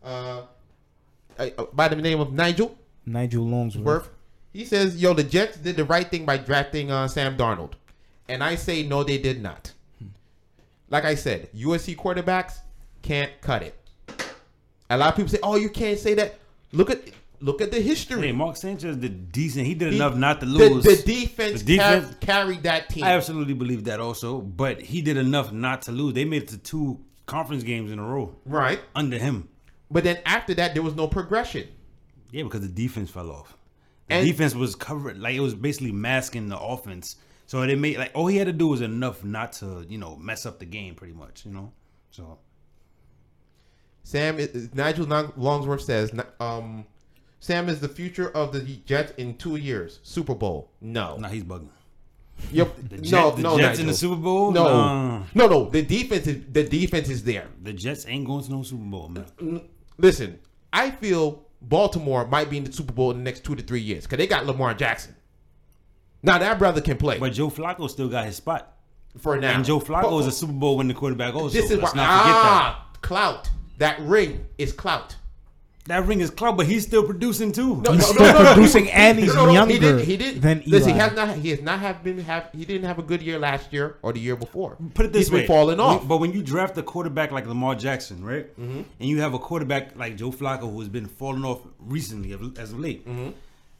uh, uh, by the name of Nigel. Nigel Longsworth. Worth. He says, "Yo, the Jets did the right thing by drafting uh, Sam Darnold," and I say, "No, they did not." Like I said, USC quarterbacks can't cut it. A lot of people say, "Oh, you can't say that." Look at look at the Hey, history. Mark Sanchez did decent. He did He- enough not to the- lose. The, defense, The defense- car- carried that team. I absolutely believe that also, but he did enough not to lose. They made it to two conference games in a row right, under him. but then after that, there was no progression. Yeah, because the defense fell off. The And- defense was covering, like it was basically masking the offense. So they made like all he had to do was enough not to you know mess up the game pretty much. You know, so Sam is, Nigel Long- Longsworth says, n- um, "Sam is the future of the Jets in two years. Super Bowl? No, now he's bugging. Yep. Jet- no, the no, Jets Nigel. in the Super Bowl? No, Nah. no, no. The defense is the defense is there. The Jets ain't going to no Super Bowl, man. N- Listen, I feel Baltimore might be in the Super Bowl in the next two to three years because they got Lamar Jackson. Now that brother can play But Joe Flacco still got his spot, for now. and Joe Flacco But- is a Super Bowl winning quarterback. Also, This is why let's not forget that. ah clout. That ring is clout. That ring is club, but he's still producing too. No, He's no, still no, no, no, producing he- and he- he's no, no, he younger didn't- he didn't- than Listen, he Eli. has not. He has not have been have. He didn't have a good year last year or the year before. Put it this he's way, been falling off. Mm-hmm. When- but when you draft a quarterback like Lamar Jackson, right, and you have a quarterback like Joe Flacco who has been falling off recently of- as of late, Mm-hmm.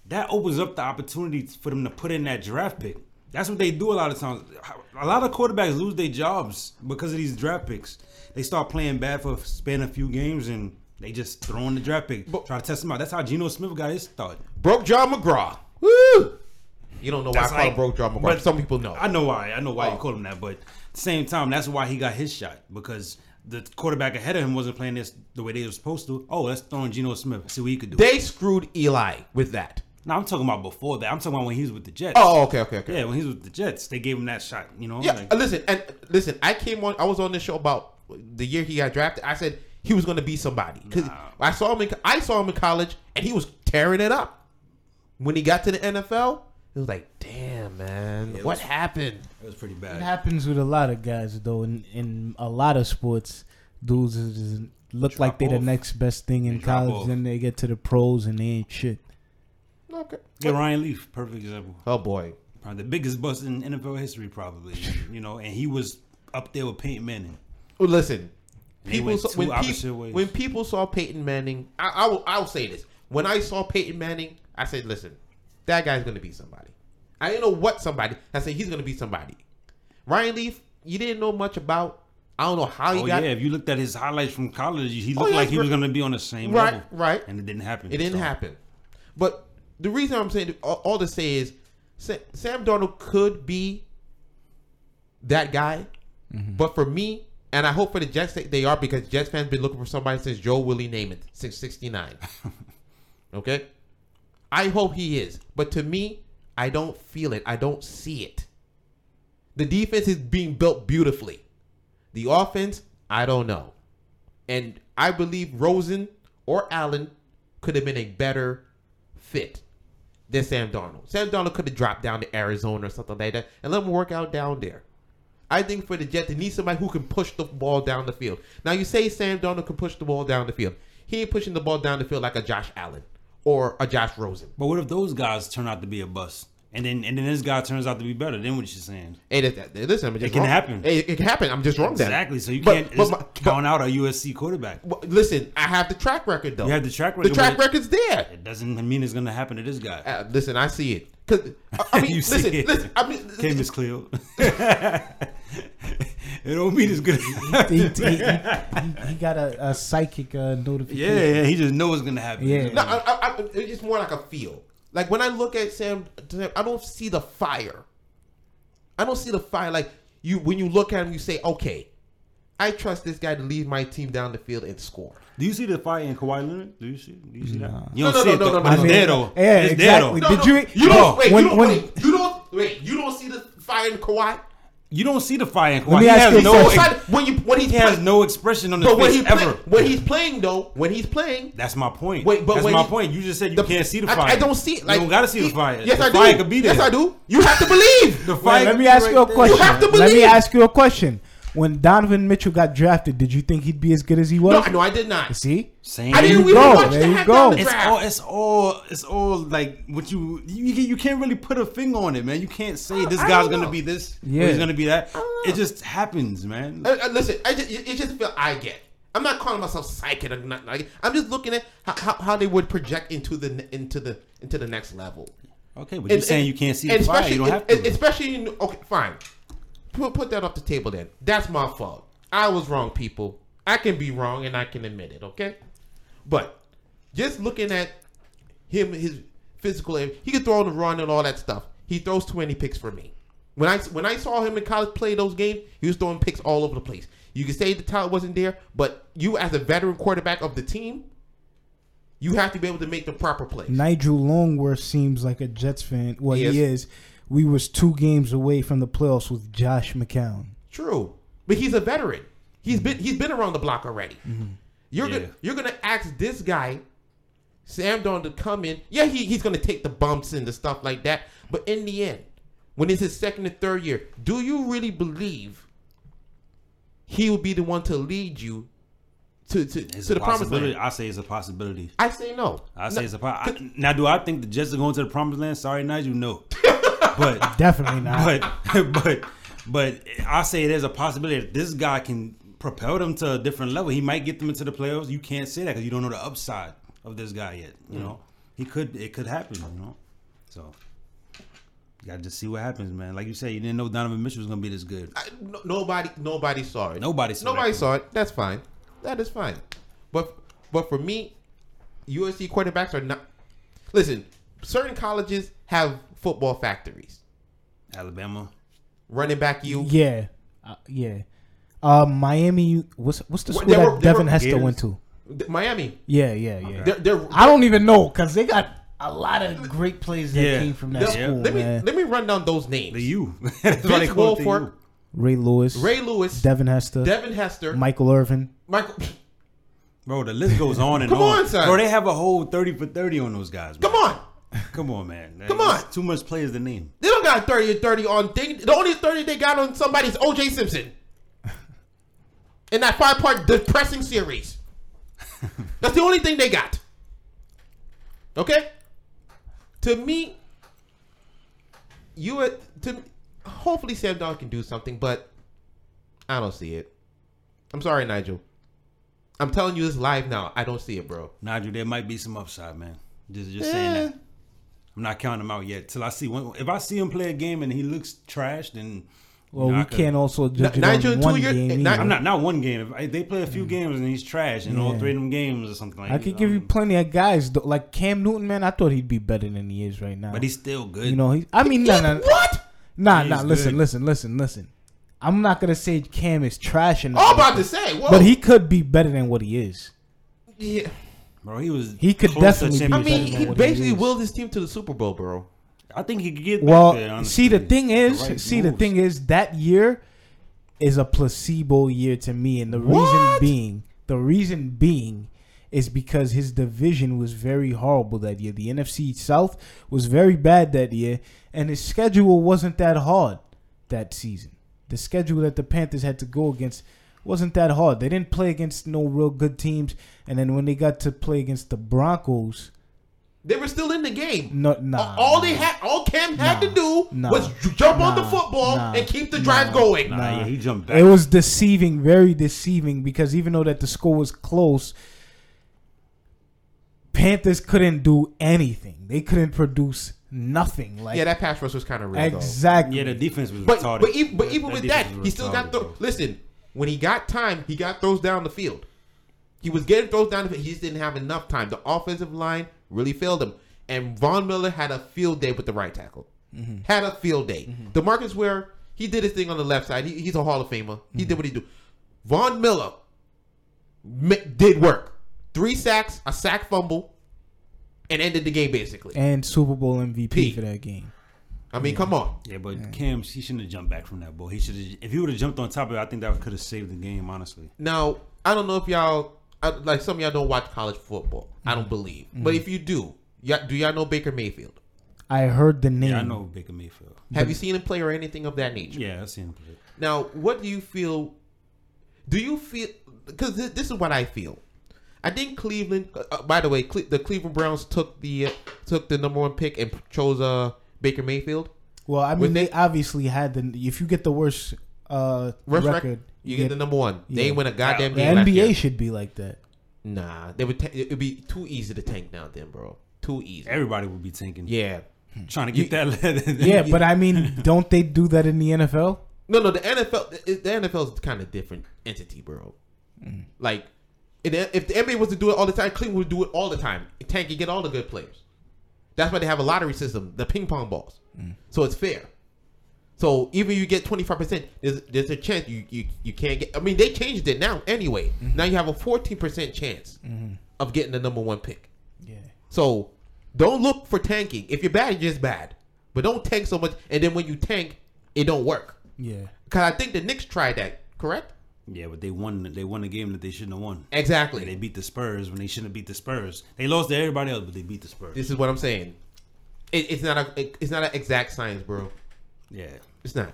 that opens up the opportunity for them to put in that draft pick. That's what they do a lot of times. A lot of quarterbacks lose their jobs because of these draft picks. They start playing bad for a span a few games and they just throw in the draft pick, But- try to test them out. That's how Geno Smith got his start. broke John McGraw. Woo! You don't know why I That's call like- him broke John McGraw. but Some people know. I know why. I know why Oh. you call him that. But at the same time, that's why he got his shot because the quarterback ahead of him wasn't playing this the way they were supposed to. Oh, let's throw in Geno Smith. See what he could do. They screwed Eli with that. now I'm talking about before that. I'm talking about when he was with the Jets. Oh, okay, okay, okay. yeah, when he was with the Jets, they gave him that shot. You know, Yeah, Like, uh, listen, and uh, listen, I came on I was on this show about the year he got drafted. I said he was going to be somebody cuz Nah. I saw him in, co- I saw him in college and he was tearing it up. When he got to the NFL, it was like, "Damn, man. what happened?" it was pretty It bad. happens with a lot of guys though, in, in a lot of sports, dudes is, is- look Drop like they're off. the next best thing in They drop college. off. Then they get to the pros and they ain't shit. Okay. Get Ryan Leaf, perfect example. Oh boy. Probably the biggest bust in NFL history, probably. You know, and he was up there with Peyton Manning. Well, Oh, listen, They people went saw, two when, peop- opposite ways. when people saw Peyton Manning, I, I will I'll say this: when I saw Peyton Manning, I said, "Listen, that guy's gonna be somebody." I didn't know what somebody. I said he's gonna be somebody. Ryan Leaf, you didn't know much about. I don't know how he Oh got. Oh, yeah, if you looked at his highlights from college, he looked yeah, like he was right. going to be on the same Right, level. right. And it didn't happen. It didn't So- happen. But the reason I'm saying all, all to say is Sa- Sam Darnold could be that guy, but for me, and I hope for the Jets that they are because Jets fans been looking for somebody since Joe Willie Namath since '69. okay, I hope he is, but to me, I don't feel it. I don't see it. The defense is being built beautifully. The offense, I don't know. And I believe Rosen or Allen could have been a better fit. than Sam Darnold. Sam Darnold could have dropped down to Arizona or something like that and let him work out down there. I think for the Jets, they need somebody who can push the ball down the field. Now, you say Sam Darnold can push the ball down the field. He ain't pushing the ball down the field like a Josh Allen or a Josh Rosen. But what if those guys turn out to be a bust? And then and then this guy turns out to be better. Then what you saying? Hey, that, that, listen, I'm just It can wrong. happen. Hey, it can happen. I'm just wrong then. Exactly. So you But- can't but just my- count out a USC quarterback. Well, listen, I have the track record though. You have the track The record, track but- record's there. It doesn't mean it's gonna happen to this guy. Uh, listen, I see it. Cause I- I mean, You see listen, it. listen. I mean, Okay, Miss Cleo. it don't mean it's gonna. He, he, he, he- he got a, a psychic uh, notification. yeah, yeah, he just know it's gonna happen. Yeah. no, I, I, I, it's more like a feel. Like when I look at Sam, Sam, I don't see the fire. I don't see the fire. Like you, when you look at him, you say, "Okay, I trust this guy to lead my team down the field and score." Do you see the fight in Kawhi Leonard? Do you see? Do you see Nah. that? You No, don't no, no, see it. no, though. no, no, It's no. there though. Yeah, it's exactly. there though. Did you- you No, don't wait. when- you don't when- wait. You don't wait. You don't see the fire in Kawhi. You don't see the fight in Kawhi. Let me he ask you has a no. question. ex- when you when he's He has play- no expression on his but when face he play, ever. when he's playing though when he's playing That's my point. Wait, but that's when my he- point. You just said you the- can't see the I- fire. I, don't see it. Like you don't gotta see he- the fire. Yes, the I do. fire could be there. Yes, I do. You have to believe. The Wait, fire. let could me be ask right you a there. question. have to Let me believe. ask you a question. When Donovan Mitchell got drafted, did you think he'd be as good as he was? no, no, I did not. See, Same. I didn't you even go, watch there the you half go. down the It's draft. all. It's all. It's all like what you, you. You can't really put a finger on it, man. You can't say this I guy's don't gonna know. be this. Yeah. Yeah. He's gonna be that. don't know. It just happens, man. Uh, uh, listen, I just, it it just feel I get. I'm not calling myself psychic or nothing. Like, I'm just looking at how, how, how they would project into the ne- into the into the next level. Okay, but you're saying you can't see the and fire. You don't have especially- to. and- Especially in, okay, fine. Put, put that off the table then. That's my fault. I was wrong, people. I can be wrong and I can admit it. Okay, but just looking at him, his physical, he could throw on the run and all that stuff. He throws too many picks for me. When I when I saw him in college play those games, he was throwing picks all over the place. You could say the talent wasn't there, but you as a veteran quarterback of the team, you have to be able to make the proper plays. Nigel Longworth seems like a Jets fan. Well, He he, is. is. We was two games away from the playoffs with Josh McCown. True, but he's a veteran. He's been he's been around the block already. You're Mm-hmm. Yeah. gonna you're gonna ask this guy, Sam Darnold, to come in. Yeah, he, he's gonna take the bumps and the stuff like that. But in the end, when it's his second and third year, do you really believe he will be the one to lead you to to, It's to a the promised possibility. land? I say it's a possibility. I say no. I No, say it's a po- I, now. Do I think the Jets are going to the promised land? Sorry, Nigel, no. but Definitely not. but but but I say there's a possibility that this guy can propel them to a different level. He might get them into the playoffs. You can't say that because you don't know the upside of this guy yet. You know, he could it could happen. You know, so you gotta just see what happens, man. Like you said, you didn't know Donovan Mitchell was gonna be this good. I- no- nobody nobody saw it. Nobody saw nobody that. saw it. That's fine. That is fine. But but for me, USC quarterbacks are not. Listen, certain colleges have football factories. Alabama, Running back, you yeah, uh, yeah. Uh, Miami. What's what's the What, school they that were- they Devin were Hester Gators? went to? th- Miami. Yeah, yeah, yeah. They're, they're, I don't even know because they got a lot of great plays that Yeah. came from that they're- school, let me man. let me run down those names. the U. That's why they Vince call it the Wilfork, U. Ray Lewis, Ray Lewis, Devin Hester, Devin Hester, Michael Irvin. Michael. Bro, the list goes on and Come on. on, son. Bro, they have a whole 30 for 30 on those guys. Come on, on. Come on, man. Come on. It's Too much players to name. they don't got thirty and thirty on thing. The only thirty they got on somebody is OJ Simpson. In that five part depressing series. That's the only thing they got. Okay? To me, you would- to hopefully Sam Donald can do something, but I don't see it. I'm sorry, Nigel. I'm telling you this live now. I don't see it, bro. Nigel, there might be some upside, man. Just, just saying Eh. that. I'm not counting him out yet till I see one. If I see him play a game and he looks trash, then Well, you know, I we could- can't also judge it Nigel, on two one years- game. eh, either. Ni- I'm not not one game. If I- they play a few games and he's trash in all Mm. Yeah. three of them games or something like I that. could give you plenty of guys though. like Cam Newton, man. I thought he'd be better than he is right now. but he's still good. you know, he. I mean, no, no, What? nah, He's nah. Listen, good. listen, listen, listen. I'm not gonna say Cam is trash and All about to say. Whoa. but he could be better than what he is. Yeah. bro, he was. He could close to definitely be I mean, he better championship. than what he basically is. willed his team to the Super Bowl, bro. I think he could get. back there, Well, honestly. see, the thing is, right see, the moves. thing is, that year is a placebo year to me, and the reason What? being, the reason being, is because his division was very horrible that year. The NFC South was very bad that year, and his schedule wasn't that hard that season. The schedule that the Panthers had to go against wasn't that hard. They didn't play against no real good teams, and then when they got to play against the Broncos, They were still in the game. no, nah, all they had, all Cam had Nah. to do Nah. was j- jump on the Nah. football Nah. and keep the Nah. drive going. Nah, yeah, he jumped back. It was deceiving, very deceiving, because even though that the score was close, Panthers couldn't do anything. They couldn't produce nothing. Like Yeah, that pass rush was kind of real. though. exactly. yeah, the defense was But retarded. but even, but even with that, defense was he still got retarded, throw. bro. Listen, when he got time, he got throws down the field. He was getting throws down the field. He just didn't have enough time. The offensive line really failed him. And Von Miller had a field day with the right tackle. Mm-hmm. Had a field day. Demarcus Ware, he did his thing on the left side. He, he's a Hall of Famer. He Mm-hmm. did what he do. Von Miller ma- did work. Three sacks, a sack fumble, and ended the game basically. And Super Bowl MVP Pete. for that game. I mean, come on. Yeah, but Cam, he shouldn't have jumped back from that ball. He should have. If he would have jumped on top of it, I think that could have saved the game. Honestly, Now, I don't know if y'all I, like some of y'all don't watch college football. I Mm. don't believe, but if you do, y'all, do y'all know Baker Mayfield? I heard the name. yeah, I know Baker Mayfield. Have you seen him play or anything of that nature? Yeah, I seen him play. Now, what do you feel? Do you feel? Because this, this is what I feel. I think Cleveland. Uh, uh, by the way, Cle- the Cleveland Browns took the uh, took the number one pick and chose uh, Baker Mayfield. Well, I mean, With they, it- obviously had the. If you get the worst uh, Worst record, record, you get the number one. They Yeah. ain't win a goddamn the game. last year. NBA should be like that. Nah, they would. ta it'd be too easy to tank now, then, bro. Too easy. Everybody would be tanking. Yeah. trying to get that lead. Yeah, but I mean, don't they do that in the NFL? No, no, the NFL, the the NFL is kind of different entity, bro. Like, if the- if the NBA was to do it all the time, Cleveland would do it all the time. Tank and get all the good players. That's why they have a lottery system, the ping pong balls. So it's fair. So even you get twenty five percent, there's there's a chance you, you you can't get. I mean, they changed it now anyway. Now you have a fourteen percent chance of getting the number one pick. Yeah. So don't look for tanking. If you're bad, you're just bad. But don't tank so much, and then when you tank, it don't work. Yeah. Because I think the Knicks tried that, correct? yeah, but they won. They won a game that they shouldn't have won. Exactly. They beat the Spurs when they shouldn't have beat the Spurs. They lost to everybody else, but they beat the Spurs. This is what I'm saying. It, it's not a it- it's not an exact science, bro. yeah, It's not.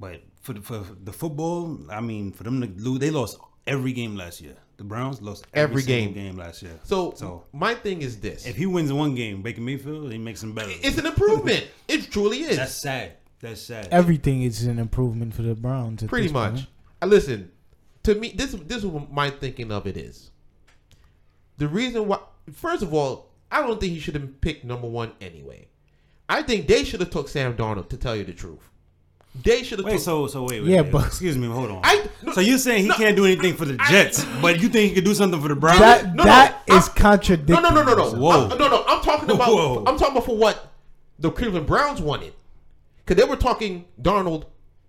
but for the, for the football, I mean, for them to lose, they lost every game last year. The Browns lost every, Every single game. game last year. So, so my thing is this: if he wins one game, Baker Mayfield, he makes him better. it's an improvement. it truly is. That's sad. That's sad. Everything is an improvement for the Browns. at pretty this point. much. I listen to me. This this is what my thinking of it is. The reason why, first of all, I don't think he should have picked number one anyway. I think they should have took Sam Darnold. To tell you the truth, they should have. Wait, Took, so so wait, wait Yeah, wait, but- excuse me, hold on. I- no, so you're saying he no, can't do anything for the Jets, but you think he could do something for the Browns? That No, no, that I'm- is contradictory. No, no, no, no, no. Whoa. I'm, no, no. I'm talking about. Whoa. I'm talking about for what the Cleveland Browns wanted, because they were talking Darnold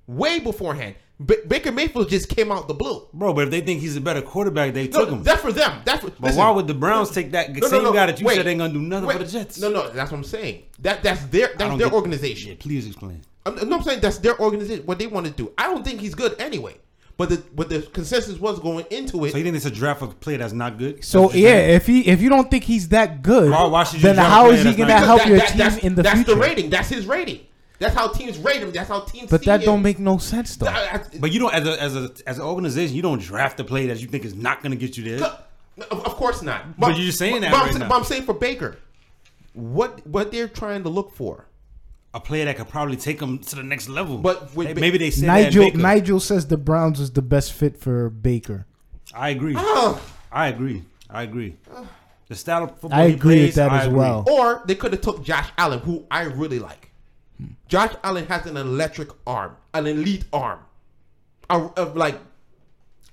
way beforehand. B- Baker Mayfield just came out the blue. Bro, but if they think he's a better quarterback, they took No, him. that's for them. That's for, but why would the Browns take that same guy that you Wait. said ain't gonna do nothing for Wait. the Jets? No, no. That's what I'm saying. That that's their I that's don't their get- organization. Yeah, please explain. I'm, no, I'm saying that's their organization. What they want to do. I don't think he's good anyway. But the but the consensus was going into it. So you think it's a draft of player that's not good? So That's what you're yeah, saying? if he if you don't think he's that good, Why- why should you then draft a how player is he that's not gonna good? help That- your that- team that's, in the that's future? the rating. That's his rating. That's how teams rate him. That's how teams. But see that don't him. make no sense though. I- I- But you don't, as a as a as an organization, you don't draft a player that you think is not going to get you there. No, Of, of course not. But you're just saying that But, right I'm, sa- now. but I'm saying for Baker, what what they're trying to look for. A player that could probably take them to the next level. But with They- Ba- maybe they said that. Nigel Baker. Nigel says the Browns is the best fit for Baker. I agree. Oh, I agree. I agree. The style of football I he agree with plays, that I as agree. well. or they could have took Josh Allen, who I really like. Josh Allen has an electric arm, an elite arm. I, of like,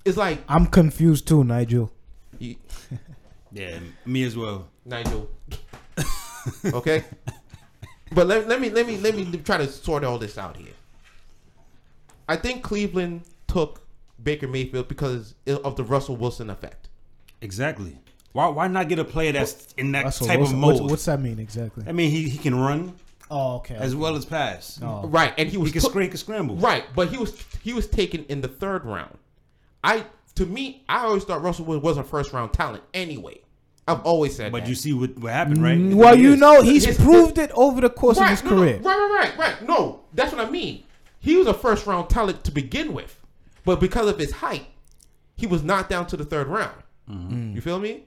it's like I'm confused too, Nigel. you- Yeah, me as well. Nigel. okay, but let, let me let me let me try to sort all this out here. I think Cleveland took Baker Mayfield because of the Russell Wilson effect. Exactly. Why why not get a player that's in that Russell type Wilson. of What's, mold? what's that mean exactly? I mean, he, he can run Oh, okay. as well as pass. Oh. Right, and he was He can took- screen, he can scramble. right, but he was he was taken in the third round. I to me, I always thought Russell Wilson was a first round talent anyway. I've always said But that. you see what, what happened, right? Mm, Well, you know, he's Yes. proved it over the course of his no, no, career. right, right, right, right. No, that's what I mean. He was a first round talent to begin with, but because of his height, he was knocked down to the third round. You feel me?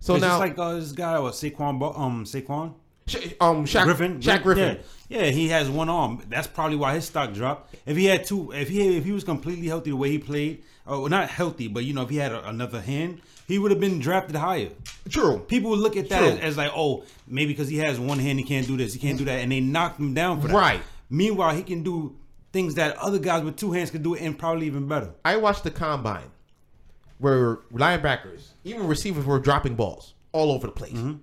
So Mm-hmm. It's now, just like uh, this guy was Saquon, Bar- um, Saquon Sha- um, Shaq Griffin, Griffin, Shaq Griffin. Yeah. yeah, he has one arm. That's probably why his stock dropped. If he had two, if he if he was completely healthy the way he played, or well, not healthy, but you know, if he had a, another hand, he would have been drafted higher. True. People would look at that True. as, as like, oh, maybe because he has one hand, he can't do this, he can't do that, and they knocked him down for that. Right. Meanwhile, he can do things that other guys with two hands could do, and probably even better. I watched the combine where linebackers, even receivers, were dropping balls all over the place. Mm-hmm.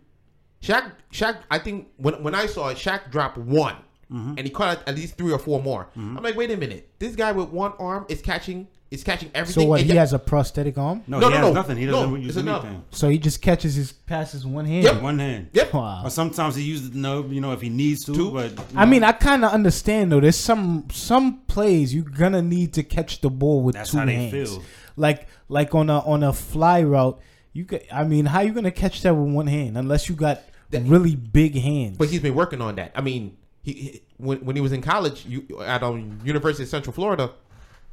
Shaq, Shaq, I think when when I saw it, Shaq dropped one, Mm-hmm. and he caught at least three or four more. I'm like, wait a minute, this guy with one arm is catching is catching everything. So what? and He yet- has a prosthetic arm, No, No, he no, has no. nothing. He No, doesn't use it's another. anything. so he just catches his passes one hand. Yep. One hand. Yep. Wow. Or sometimes he uses the nub, you know, if he needs to. Two. But I mean, I kind of understand though. There's some some plays you're gonna need to catch the ball with That's two how they hands. feel. Like like on a on a fly route, you could. I mean, how you gonna catch that with one hand unless you got really big hands? But he's been working on that. I mean, he, he when when he was in college, you at um University of Central Florida,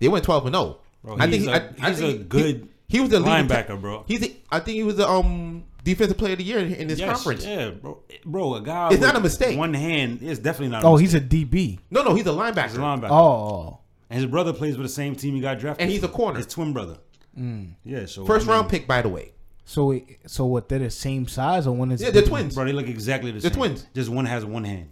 they went twelve and zero. Bro, I think he's he- a- I- I he's think a he- good He, was the leading ta- linebacker, bro. He's the, I think he was the um defensive player of the year in, in this Yes, conference. Yeah, bro. Bro, a guy. It's with not a mistake. One hand is definitely not. A oh, mistake. he's a DB. No, no, he's a linebacker. he's a linebacker. Oh, And his brother plays for the same team he got drafted. And he's a corner. His twin brother. Mm. Yeah. So First I mean, round pick, by the way. so it, so what? They're the same size, or one is Yeah, they're twins. bro, they look exactly the same. twins. Just one has one hand.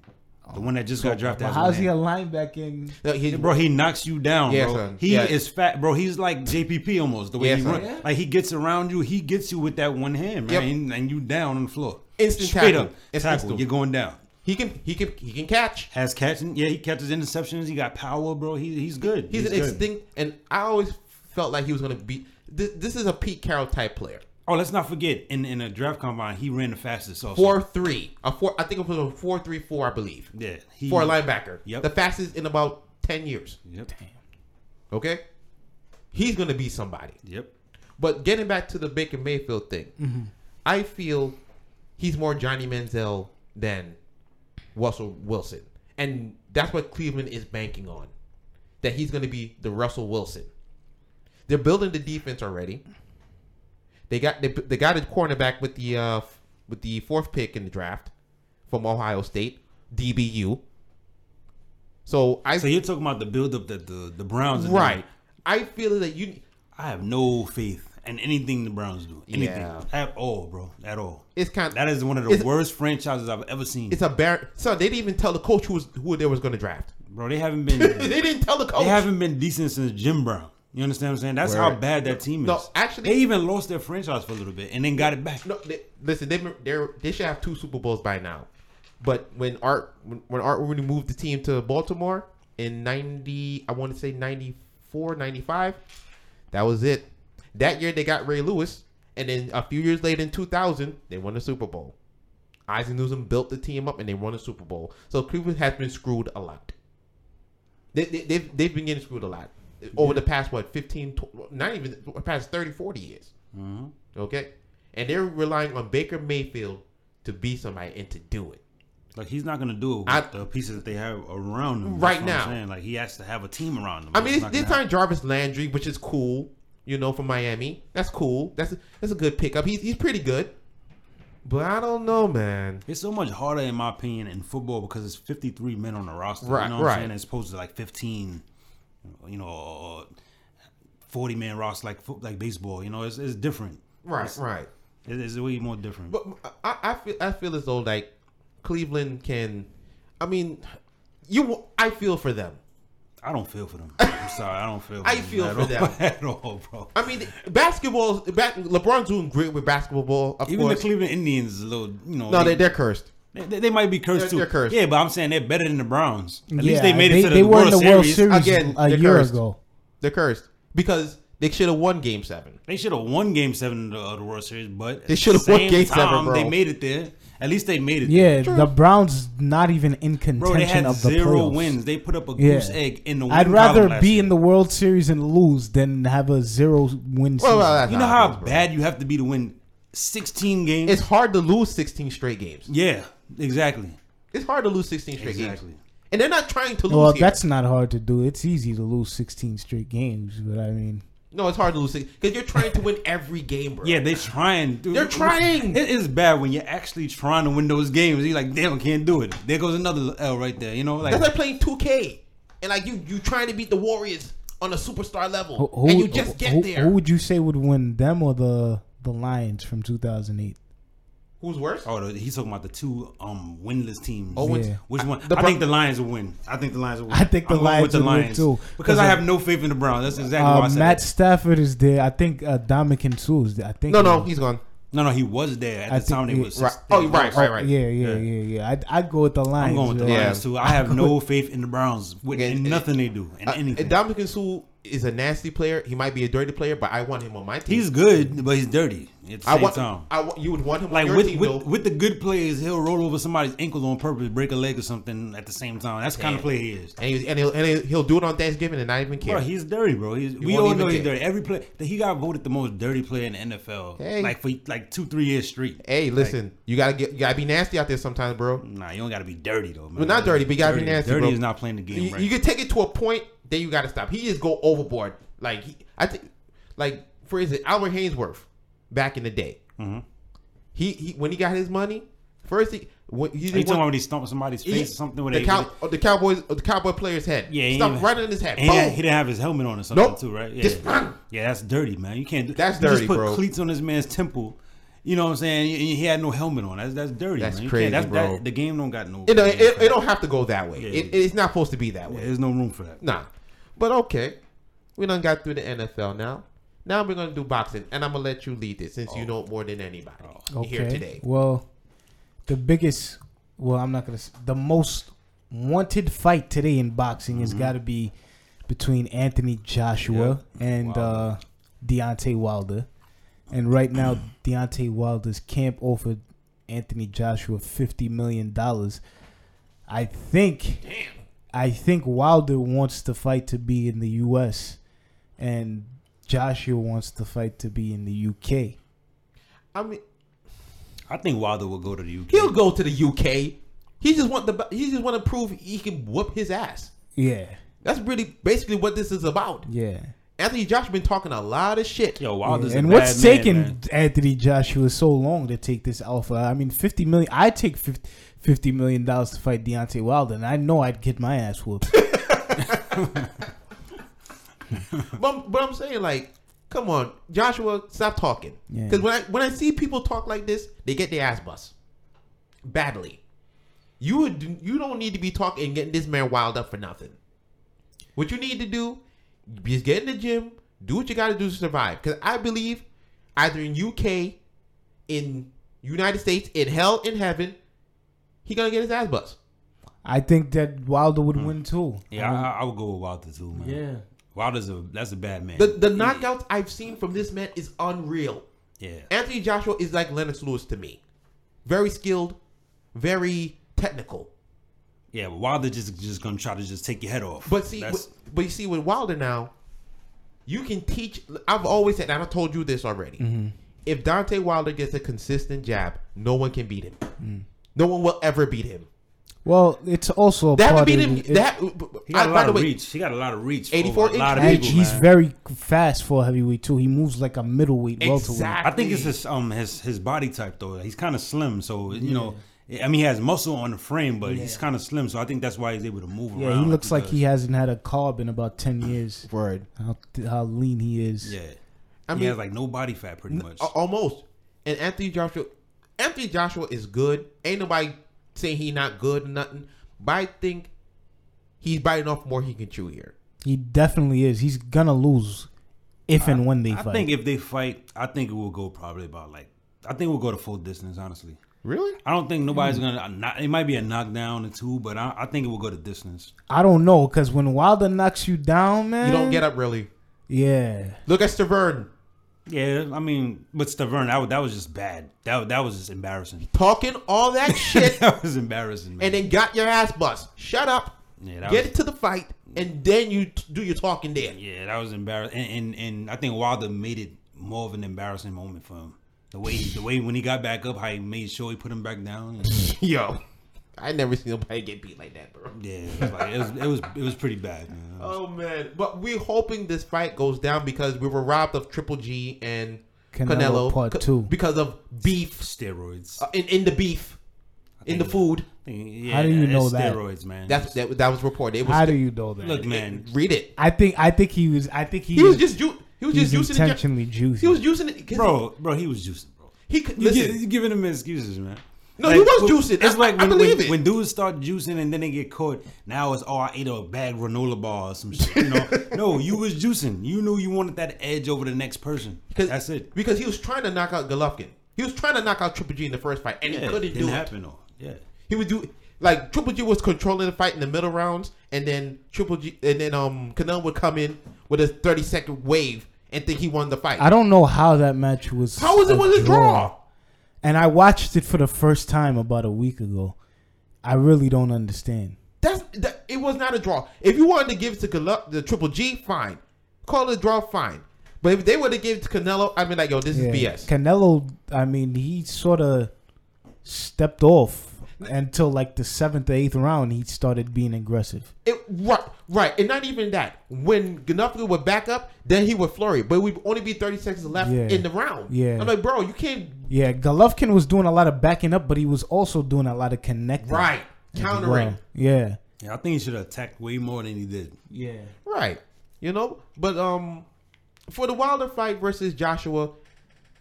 The one that just got drafted. But has how's one he a hand. linebacker? In, No, he's- Bro, he knocks you down, Yeah, bro. son. He Yeah. is fat, bro. He's like JPP almost the way Yeah, he son. runs. Like he gets around you, he gets you with that one hand, man, Yep. and, and you down on the floor. Instant Straight tackle. up, Instant tackle. tackle. You're going down. he can he can he can catch. Has catching, yeah, he catches interceptions. He got power, bro. He, he's good. He's, an good. instinct, and I always felt like he was gonna be. This, this is a Pete Carroll type player. Oh, let's not forget in in a draft combine, he ran the fastest. Also. Four three, a four. I think it was a four three four, I believe. Yeah. He, for a linebacker. Yep. The fastest in about 10 years. Yep. Okay? He's going to be somebody. Yep. But getting back to the Baker Mayfield thing, I feel he's more Johnny Manziel than Russell Wilson. And that's what Cleveland is banking on. That he's going to be the Russell Wilson. They're building the defense already. They got they, they got a cornerback with the uh f- with the fourth pick in the draft from Ohio State, DBU. So I So you're talking about the buildup that the the Browns are right. doing. I feel that you I have no faith in anything the Browns do. Anything Yeah. at all, bro. At all. it's kind That is one of the It's- worst franchises I've ever seen, It's a bar. So they didn't even tell the coach who was who they was going to draft. bro. They haven't they been. didn't tell the coach. They haven't been decent since Jim Brown. You understand what I'm saying? That's how Word. bad that team is. No, actually- they even lost their franchise for a little bit and then got it back. no, they, listen, they they they should have two Super Bowls by now. But when Art when, when Art Rooney moved the team to Baltimore in 90, I want to say 94, 95, that was it. That year they got Ray Lewis, and then a few years later in 2000, they won the Super Bowl. Isaac Newsom built the team up and they won a Super Bowl. So Cleveland has been screwed a lot. They, they, they've, they've been getting screwed a lot over the past, what, 15, tw- not even past 30, 40 years. Okay? And they're relying on Baker Mayfield to be somebody and to do it. Like he's not gonna do it with I- the pieces that they have around him. That's Right what I'm now. saying. like he has to have a team around him. I It's mean, not they gonna happen. signed Jarvis Landry, which is cool, you know, from Miami. That's cool. That's a, that's a good pickup. He's, he's pretty good. But I don't know, man. It's so much harder, in my opinion, in football because it's 53 men on the roster. Right, you know what right. I'm saying? As opposed to like 15, you know, or 40 man roster like foot, like baseball. You know, it's, it's different. Right, It's, right. it- it's way more different. But I, I feel I feel as though like Cleveland can, I mean, you I feel for them. I don't feel for them. I'm sorry, I don't feel. For I them feel at for all, them. at all, bro. I mean, basketball. Ba- LeBron's doing great with basketball. Of Even course. the Cleveland Indians, is a little, you know, no, they, they, they're cursed. they- they might be cursed they're- too. they're cursed. Yeah, but I'm saying they're better than the Browns. At yeah, least they made they, it to the, they were World, in the Series. World Series Again, a they're year cursed. ago. They're cursed because they should have won Game Seven. They should have won Game Seven of the, of the World Series, but at They should have won the same Game Seven, time, bro. They made it there, At least they made it. there. Yeah, the Browns not even in bro, they contention had of the zero playoffs. wins. They put up a Yeah. goose egg in the. win I'd column rather last be year. in the World Series and lose than have a zero win season. Well, well, that's You know not how obvious, bro. bad you have to be to win sixteen games. It's hard to lose 16 straight games. yeah, exactly. It's hard to lose 16 straight Exactly. games. And they're not trying to lose well, here. that's not hard to do. It's easy to lose 16 straight games, but I mean, No, it's hard to lose because you're trying to win every game, bro. Yeah, they're trying. dude. They're trying. It is bad when you're actually trying to win those games. You're like, damn, I can't do it. There goes another L right there. You know, like That's like playing 2K, and like you you trying to beat the Warriors on a superstar level, who, who- and you just get who- there. who would you say would win them or the the Lions from 2008? Who's worse? oh, the- he's talking about the two um winless teams. Oh, wins- Yeah. Which one? The I think Bro- the Lions will win. I think the Lions will win. I think the I'm going Lions with the will win, Lions too. Because I Because, have no faith in the Browns. That's exactly why I Uh, said. Matt that. Stafford is there. I think uh, Dominican Sue is there. I think No, no, he's gone. No, no, he was there at I the think time. They he- was Right. Oh, right, right, right. Yeah, yeah, yeah, yeah. I I go with the Lions. I'm going with the yo. Yeah. Lions too. I have no faith in the Browns with Okay, in and- nothing they do in Uh, anything. Dominican Sue is a nasty player. He might be a dirty player, but I want him on my team. He's good, but he's dirty at the I same want. time. I want. You would want him Like on your with team with, though. with the good players, he'll roll over somebody's ankle on purpose, break a leg or something at the same time. That's the kind of Yeah. player he is. and, he, and, he'll, and he'll- he'll do it on Thanksgiving and not even care. Bro, he's dirty, bro. He's, we won't all even know he's care. dirty. Every play that he got voted the most dirty player in the NFL, Hey. like for like two three years straight. hey, listen, you gotta get, you gotta be nasty out there sometimes, bro. Nah, you don't got to be dirty though. Man. Well, not dirty, but you gotta be nasty, Dirty bro. is not playing the game. you, right. you can take it to a point, then you got to stop. He just go overboard. Like he, I think, like for instance, Albert Hainsworth, back in the day, Mm-hmm. he, he when he got his money, first he when he Are you didn't talking about want, when he stomped somebody's he- face or something? Where the they, cow oh, the cowboys oh, the cowboy player's head. Yeah, he stuck ain't- right in his head. and he, had- Boom. he didn't have his helmet on or something Nope. too, right? Just- Yeah. yeah, that's dirty, man. You can't. do That's you dirty, Just put bro. cleats on this man's temple. You know what I'm saying? And he had no helmet on. That's that's dirty. That's man. You crazy, can't, that's, bro. That, the game don't got no. It, don't- it, it don't have to go that way. Yeah, it, yeah. It's not supposed to be that way. There's no room for that. Nah, but okay, we done got through the NFL now. Now we're gonna do boxing, and I'm gonna let you lead this since you know more than anybody here today. Well, the biggest, well, I'm not gonna. s- The most wanted fight today in boxing has Mm-hmm. got to be between Anthony Joshua and uh, Deontay Wilder, and right Mm-hmm. now Deontay Wilder's camp offered Anthony Joshua fifty million dollars. I think. I think Wilder wants the fight to be in the U.S. and Joshua wants the fight to be in the U.K. I mean, I think Wilder will go to the UK. He'll go to the UK. He just want the he just want to prove he can whoop his ass. Yeah. That's really basically what this is about. Yeah. Anthony Joshua been talking a lot of shit. Yo, Wilder's and a bad what's man, taking man. Anthony Joshua so long to take this alpha? I mean, fifty million. I take 50, fifty million dollars to fight Deontay Wilder, and I know I'd get my ass whooped. But, but I'm saying like, come on, Joshua, stop talking. Yeah. Because when I when I see people talk like this, they get their ass bust badly. You would you don't need to be talking and getting this man wild up for nothing. What you need to do is get in the gym, do what you got to do to survive. Because I believe either in UK, in United States, in hell, in heaven, he gonna get his ass bust. I think that Wilder would win too. Hmm. Yeah, I, I would go with Wilder too, man. Wilder's a that's a bad man. The the knockouts I've seen from this man is unreal. yeah. Anthony Joshua is like Lennox Lewis to me. Very skilled, very technical. Yeah, but Wilder just just gonna try to just take your head off. But see, That's- but, but you see, with Wilder now, you can teach. I've always said, and I told you this already. If Dante Wilder gets a consistent jab, no one can beat him. No one will ever beat him. Well, it's also a They haven't part beat of him. it- They ha- he got I- a by lot the of way, reach. He got a lot of reach. 84 over a lot of inch and reach. people, he's man. very fast for a heavyweight too. He moves like a middleweight welterweight. exactly. I think it's his um his his body type though. He's kind of slim, so you know. I mean, he has muscle on the frame, but he's kind of slim, so I think that's why he's able to move around. Yeah, he looks like does. he hasn't had a carb in about ten years. word. How, how lean he is. Yeah, I he mean- uh, has like no body fat, pretty much. A- almost. And Anthony Joshua, Anthony Joshua is good. Ain't nobody saying he not good or nothing. But I think he's biting off more he can chew here. He definitely is. He's gonna lose if and when they I fight. think if they fight, I think it will go probably about like I think we'll go to full distance. Honestly, Really? I don't think nobody's gonna. uh, Not, it might be a knockdown or two, but I, I think it will go to distance. I don't know because when Wilder knocks you down, man, You don't get up really. Yeah, Look at Stavern. Yeah, I mean, but Stavern, that, wa- that was just bad. That wa- that was just embarrassing. Talking all that shit that was embarrassing, man. and then got your ass bust. Shut up. Yeah, that get was- it to the fight, and then you t- do your talking there. yeah, that was embarrassing, and, and and I think Wilder made it more of an embarrassing moment for him. The way he, the way when he got back up, how he made sure he put him back down. and- Yo, I never seen nobody get beat like that, bro. yeah, it was, like, it was it was it was pretty bad. Man. Oh man, but we're hoping this fight goes down because we were robbed of Triple G and Canelo Canelo, part c- two. because of beef Steroids. uh, in in the beef in the food. Yeah, How do you it's know that? Steroids, man. That's that, that was reported. It was How do you know that? look, man. read it. I think I think he was. I think he, He was just ju- he was he just was using it. ju- intentionally juicing. He was using it, 'cause bro, bro, he was juicing, bro. He could You listen. gi- you giving him excuses, man. No, he was wh- juicing. It's I- like I when, believe when, it. when dudes start juicing and then they get caught. Now it's oh, I ate a bag granola bar or some shit. You know, no, you was juicing. You knew you wanted that edge over the next person. Cause, That's it. Because he was trying to knock out Golovkin. He was trying to knock out Triple G in the first fight, and Yeah, he it couldn't didn't do it. happen though. Yeah, He would do like Triple G was controlling the fight in the middle rounds, and then Triple G and then um Canelo would come in with a thirty second wave and think he won the fight. I don't know how that match was. How was it was a draw? And I watched it for the first time about a week ago. I really don't understand. That's that, it was not a draw. If you wanted to give it to Canelo, the Triple G, fine. Call it a draw, fine. But if they would have given it to Canelo, I mean, like, yo, this Yeah. is BS. Canelo, I mean, he sort of stepped off until like the seventh or eighth round. He started being aggressive. It, right, right, and not even that. When Ganofsky would back up, then he would flurry, but we'd only be thirty seconds left Yeah. in the round. Yeah. I'm like, bro, you can't Yeah, Golovkin was doing a lot of backing up, but he was also doing a lot of connecting. right as countering, well. Yeah. yeah. I think he should have attacked way more than he did. Yeah. right? You know, but um, for the Wilder fight versus Joshua,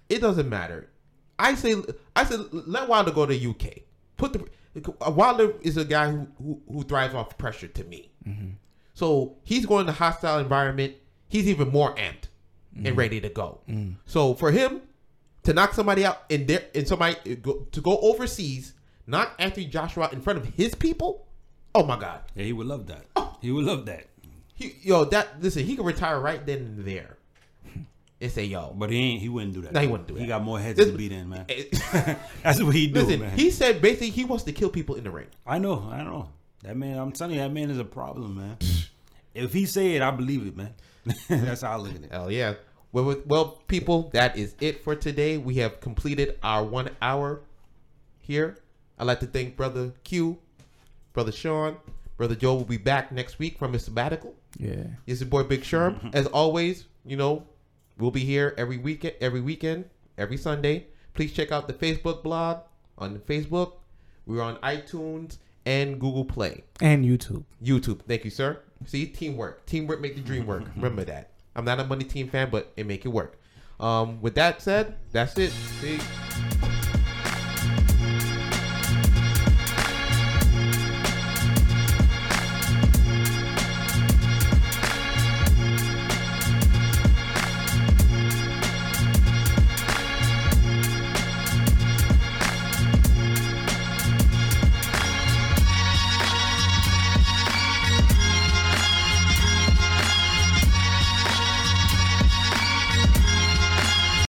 it doesn't matter. I say, I said, let Wilder go to UK. Put the Wilder is a guy who who, who thrives off pressure to me. So he's going to hostile environment. He's even more amped and ready to go. So for him to knock somebody out in there, and somebody go, to go overseas, knock Anthony Joshua out in front of his people. Oh my God, Yeah, he would love that. Oh. He would love that. he, yo, that listen, he can retire right then and there. And say, yo, But he ain't. He wouldn't do that. No, he wouldn't do He that. got more heads This- to beat in, man. eh, That's what he do, listen, man. he said basically he wants to kill people in the ring. I know, I know. That man, I'm telling you, that man is a problem, man. if he say it, I believe it, man. That's how I look at it. Hell yeah. Well, with- well, people, that is it for today. We have completed our one hour here. I'd like to thank Brother Q, Brother Sean, Brother Joe will be back next week from his sabbatical. Yeah. It's your boy Big Sherm. As always, you know, we'll be here every weekend, every weekend, every Sunday. Please check out the Facebook blog on Facebook. We're on iTunes and Google Play, And YouTube. YouTube. Thank you, sir. See, teamwork, teamwork make the dream work. Remember that. I'm not a money team fan, but it make it work. Um, with that said, that's it. See.